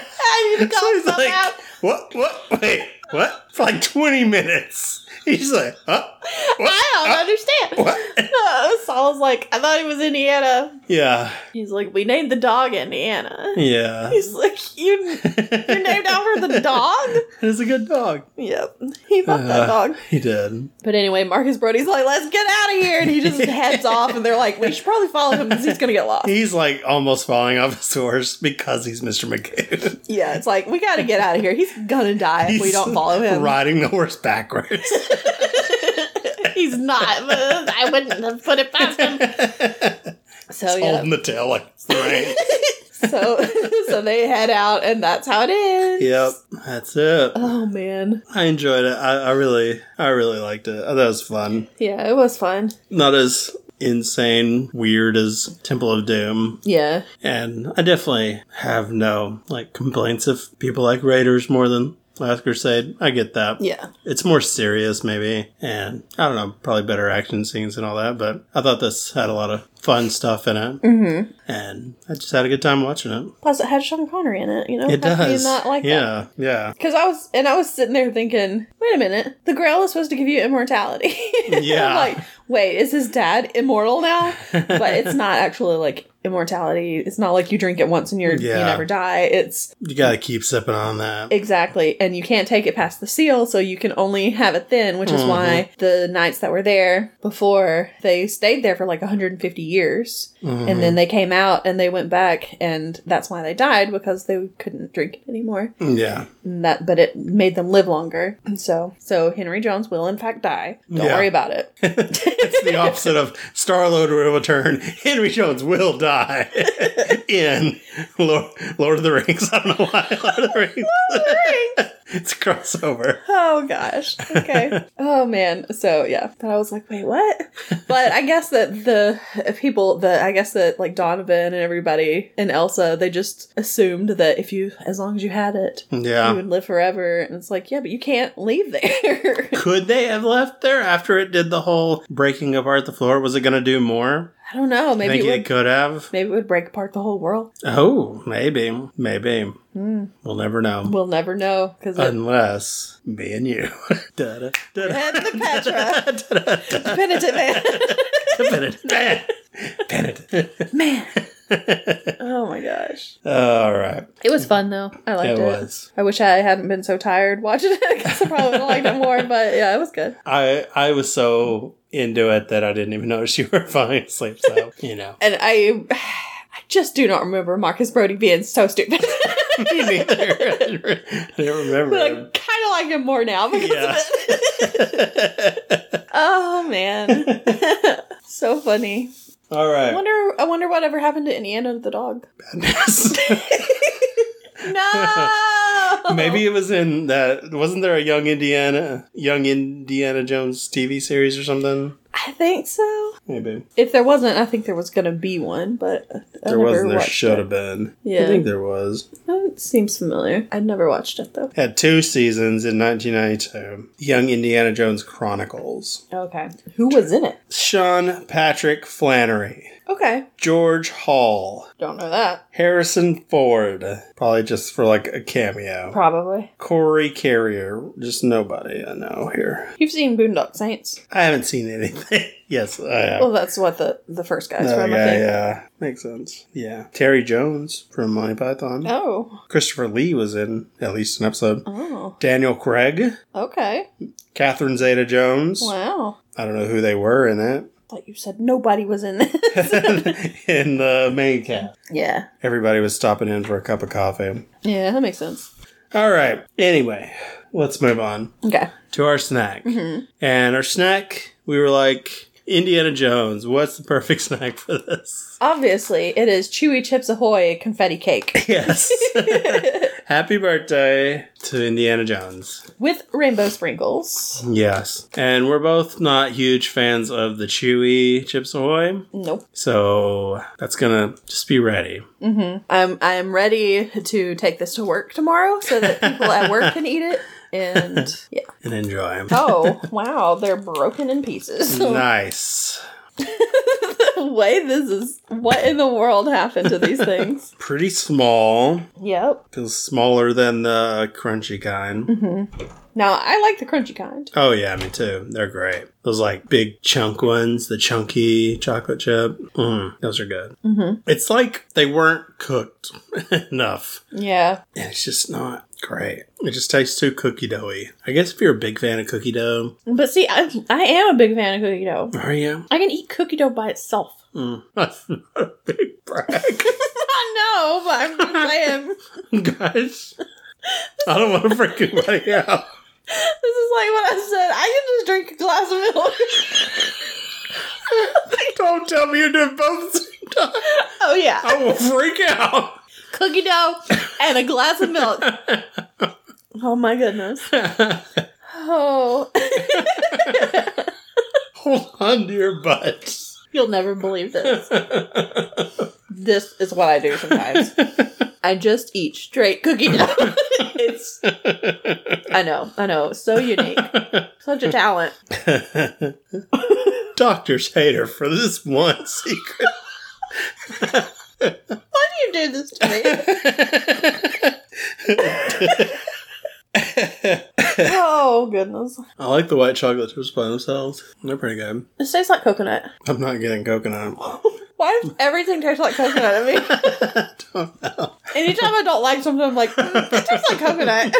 *laughs* what he said. I need to So call he's him like, out. what? What? Wait, what? For like 20 minutes. He's like, huh? What? I don't understand. "Uh, What? *laughs* Uh, Saul's like, I thought he was Indiana. Yeah. He's like, we named the dog Indiana. *laughs* Yeah. He's like, you, you're named after the dog? *laughs* He's a good dog. Yep, he bought Uh. that dog. He did. But anyway, Marcus Brody's like, let's get out of here. And *laughs* he just heads off, and they're like, we should probably follow him because he's going to get lost. He's like almost falling off his horse because he's Mr. McCabe. Yeah, it's like, we got to get out of here. He's going to die if we He's don't follow him. Riding the horse backwards. *laughs* He's not. *laughs* but I wouldn't have put it past *laughs* him. So, Oh, yeah. Holding the tail like it's the rain. So, *laughs* so they head out, and that's how it ends. Yep, that's it. Oh, man. I enjoyed it. I, I really, I really liked it. That was fun. Yeah, it was fun. Not as insane, weird as Temple of Doom, Yeah. and I definitely have no like complaints of people like Raiders more than Last Crusade. I get that. Yeah. It's more serious, maybe, and I don't know, probably better action scenes and all that. But I thought this had a lot of fun stuff in it, Mm-hmm. and I just had a good time watching it. Plus, it had Sean Connery in it. You know, It How can you does, not like that? yeah, *laughs* yeah, Because I was, and I was sitting there thinking, wait a minute, the Grail is supposed to give you immortality. *laughs* Yeah. I'm like, wait, is his dad immortal now? *laughs* But it's not actually like immortality. It's not like you drink it once and you're you Yeah. never die. It's you gotta keep sipping on that. exactly, and you can't take it past the seal, so you can only have it then, which is why the knights that were there before they stayed there for like 150 years, Mhm. and then they came out and they went back, and that's why they died because they couldn't drink it anymore Mm, yeah, and that but it made them live longer And so so henry jones will in fact die don't Yeah. worry about it it's the opposite of Star Lord will return. *laughs* Henry Jones will die *laughs* in Lord, Lord of the Rings. *laughs* I don't know why Lord of the Rings. *laughs* it's a crossover. oh gosh *laughs* okay oh man so yeah but i was like wait what but i guess that the people that i guess that like donovan and everybody and elsa they just assumed that if you as long as you had it you Yeah. would live forever and it's like yeah but you can't leave there *laughs* Could they have left there after it did the whole breaking apart the floor? Was it going to do more? i don't know I maybe think it it, would could have. maybe it would break apart the whole world Oh, maybe. Maybe. Hmm. We'll never know. we'll never know because Unless me and you. *laughs* Da-da, da-da, Head to *laughs* Petra. da-da, da-da. penitent man *laughs* *laughs* Penitent. Penitent. man oh my gosh All right. It was fun though. I liked it. it was. I wish I hadn't been so tired watching it *laughs* because I probably would have liked it more. But yeah, it was good. I I was so into it that I didn't even notice you were *laughs* falling asleep. So you *laughs* know, And I, *sighs* I just do not remember Marcus Brody being so stupid. *laughs* me neither. *laughs* I didn't remember. but I kind him. of like him more now because Yeah. of it. oh man, so funny. *laughs* All I *laughs* right. wonder. I wonder whatever happened to Indiana the dog. *laughs* Badness. No. *laughs* Maybe it was in that. Wasn't there a young Indiana, young Indiana Jones TV series or something? I think so. Maybe If there wasn't, I think there was gonna be one, but I there never wasn't. There watched should it. have been. Yeah. I think there was. Oh, It seems familiar. I'd never watched it though. Had two seasons in 1992. Young Indiana Jones Chronicles. Okay. Who was in it? Sean Patrick Flannery, Okay. George Hall, Don't know that. Harrison Ford, probably just for like a cameo. Probably. Corey Carrier, just nobody I know here. You've seen Boondock Saints. I haven't seen anything. *laughs* yes, I have. Well, that's what the, the first guy's Oh, from, I yeah, think. yeah. Makes sense. Yeah. Terry Jones from Monty Python. Oh. Christopher Lee was in at least an episode. Oh. Daniel Craig, Okay. Catherine Zeta Jones. Wow. I don't know who they were in it. Thought you said nobody was *laughs* in this. in the main cast. yeah. Everybody was stopping in for a cup of coffee. Yeah, that makes sense. All right. Anyway, let's move on. Okay. to our snack. And our snack, we were like, Indiana Jones, what's the perfect *laughs* snack for this? Obviously, it is Chewy Chips Ahoy confetti cake Yes. Happy birthday to Indiana Jones. with rainbow sprinkles. Yes. And we're both not huge fans of the chewy Chips Ahoy. Nope. So that's going to just be ready. I'm I'm ready to take this to work tomorrow so that people at work can eat it. And yeah. And enjoy. Oh, wow, they're broken in pieces. *laughs* Nice. way this is what in the world happened to these things Pretty small. yep Feels smaller than the crunchy kind. now i like the crunchy kind Oh yeah, me too. They're great. Those like big chunk ones, the chunky chocolate chip. Mm, those are good. Mhm. It's like they weren't cooked *laughs* enough. yeah And it's just not great. It just tastes too cookie doughy. I guess if you're a big fan of cookie dough, but see i, I am a big fan of cookie dough are you? i can eat cookie dough by itself Mm. *laughs* That's not a big brag. *laughs* *laughs* i know but i'm just *laughs* saying Gosh. I don't want to freak anybody out. this is like what i said i can just drink a glass of milk *laughs* Don't tell me you're doing both at the same time. oh yeah I will freak out. *laughs* cookie dough and a glass of milk *laughs* oh my goodness *laughs* oh Hold on to your butts. *laughs* you'll never believe this this is what i do sometimes I just eat straight cookie dough. *laughs* it's I know, I know, so unique, such a talent. Doctors hate her for this one secret. Why do you do this to me? oh goodness, I like the white chocolate chips by themselves. They're pretty good. it tastes like coconut. I'm not getting coconut. *laughs* Why does everything taste like coconut? I mean, *laughs* don't know. anytime I don't like something, I'm like, mm, *laughs* it tastes like coconut.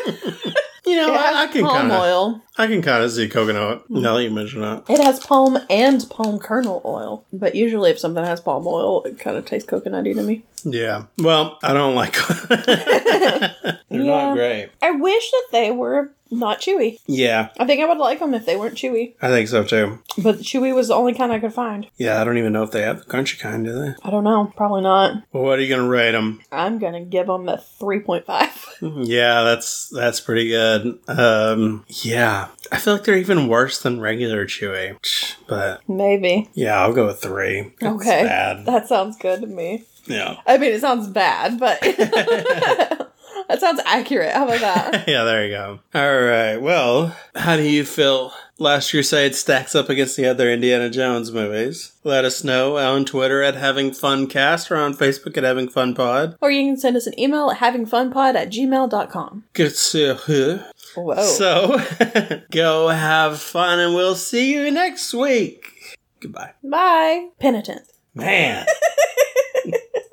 You know, It I, I has can palm kind of, oil. Hmm. I can kind of see coconut now that you mention that. It has palm and palm kernel oil, but usually if something has palm oil, it kind of tastes coconutty to me. Yeah. Well, I don't like. *laughs* They're Yeah. not great. I wish that they were not chewy. Yeah, I think I would like them if they weren't chewy, I think so too. but the chewy was the only kind I could find. Yeah, I don't even know if they have the crunchy kind, do they? I don't know, probably not. Well, what are you gonna rate them? I'm gonna give them a 3.5. Yeah, that's that's pretty good. Um, yeah, I feel like they're even worse than regular Chewy, but *laughs* Maybe. yeah, I'll go with three. It's Okay. bad. That sounds good to me. Yeah, *laughs* I mean, it sounds bad, but *laughs* that sounds accurate. How *laughs* about that? yeah, there you go. All right. Well, how do you feel? Last Crusade stacks up against the other Indiana Jones movies. Let us know on Twitter at Having Fun Cast or on Facebook at Having Fun Pod. Or you can send us an email at havingfunpod at gmail.com. Good to see you. Whoa. So *laughs* go have fun and we'll see you next week. Goodbye. Bye. Penitent. Man.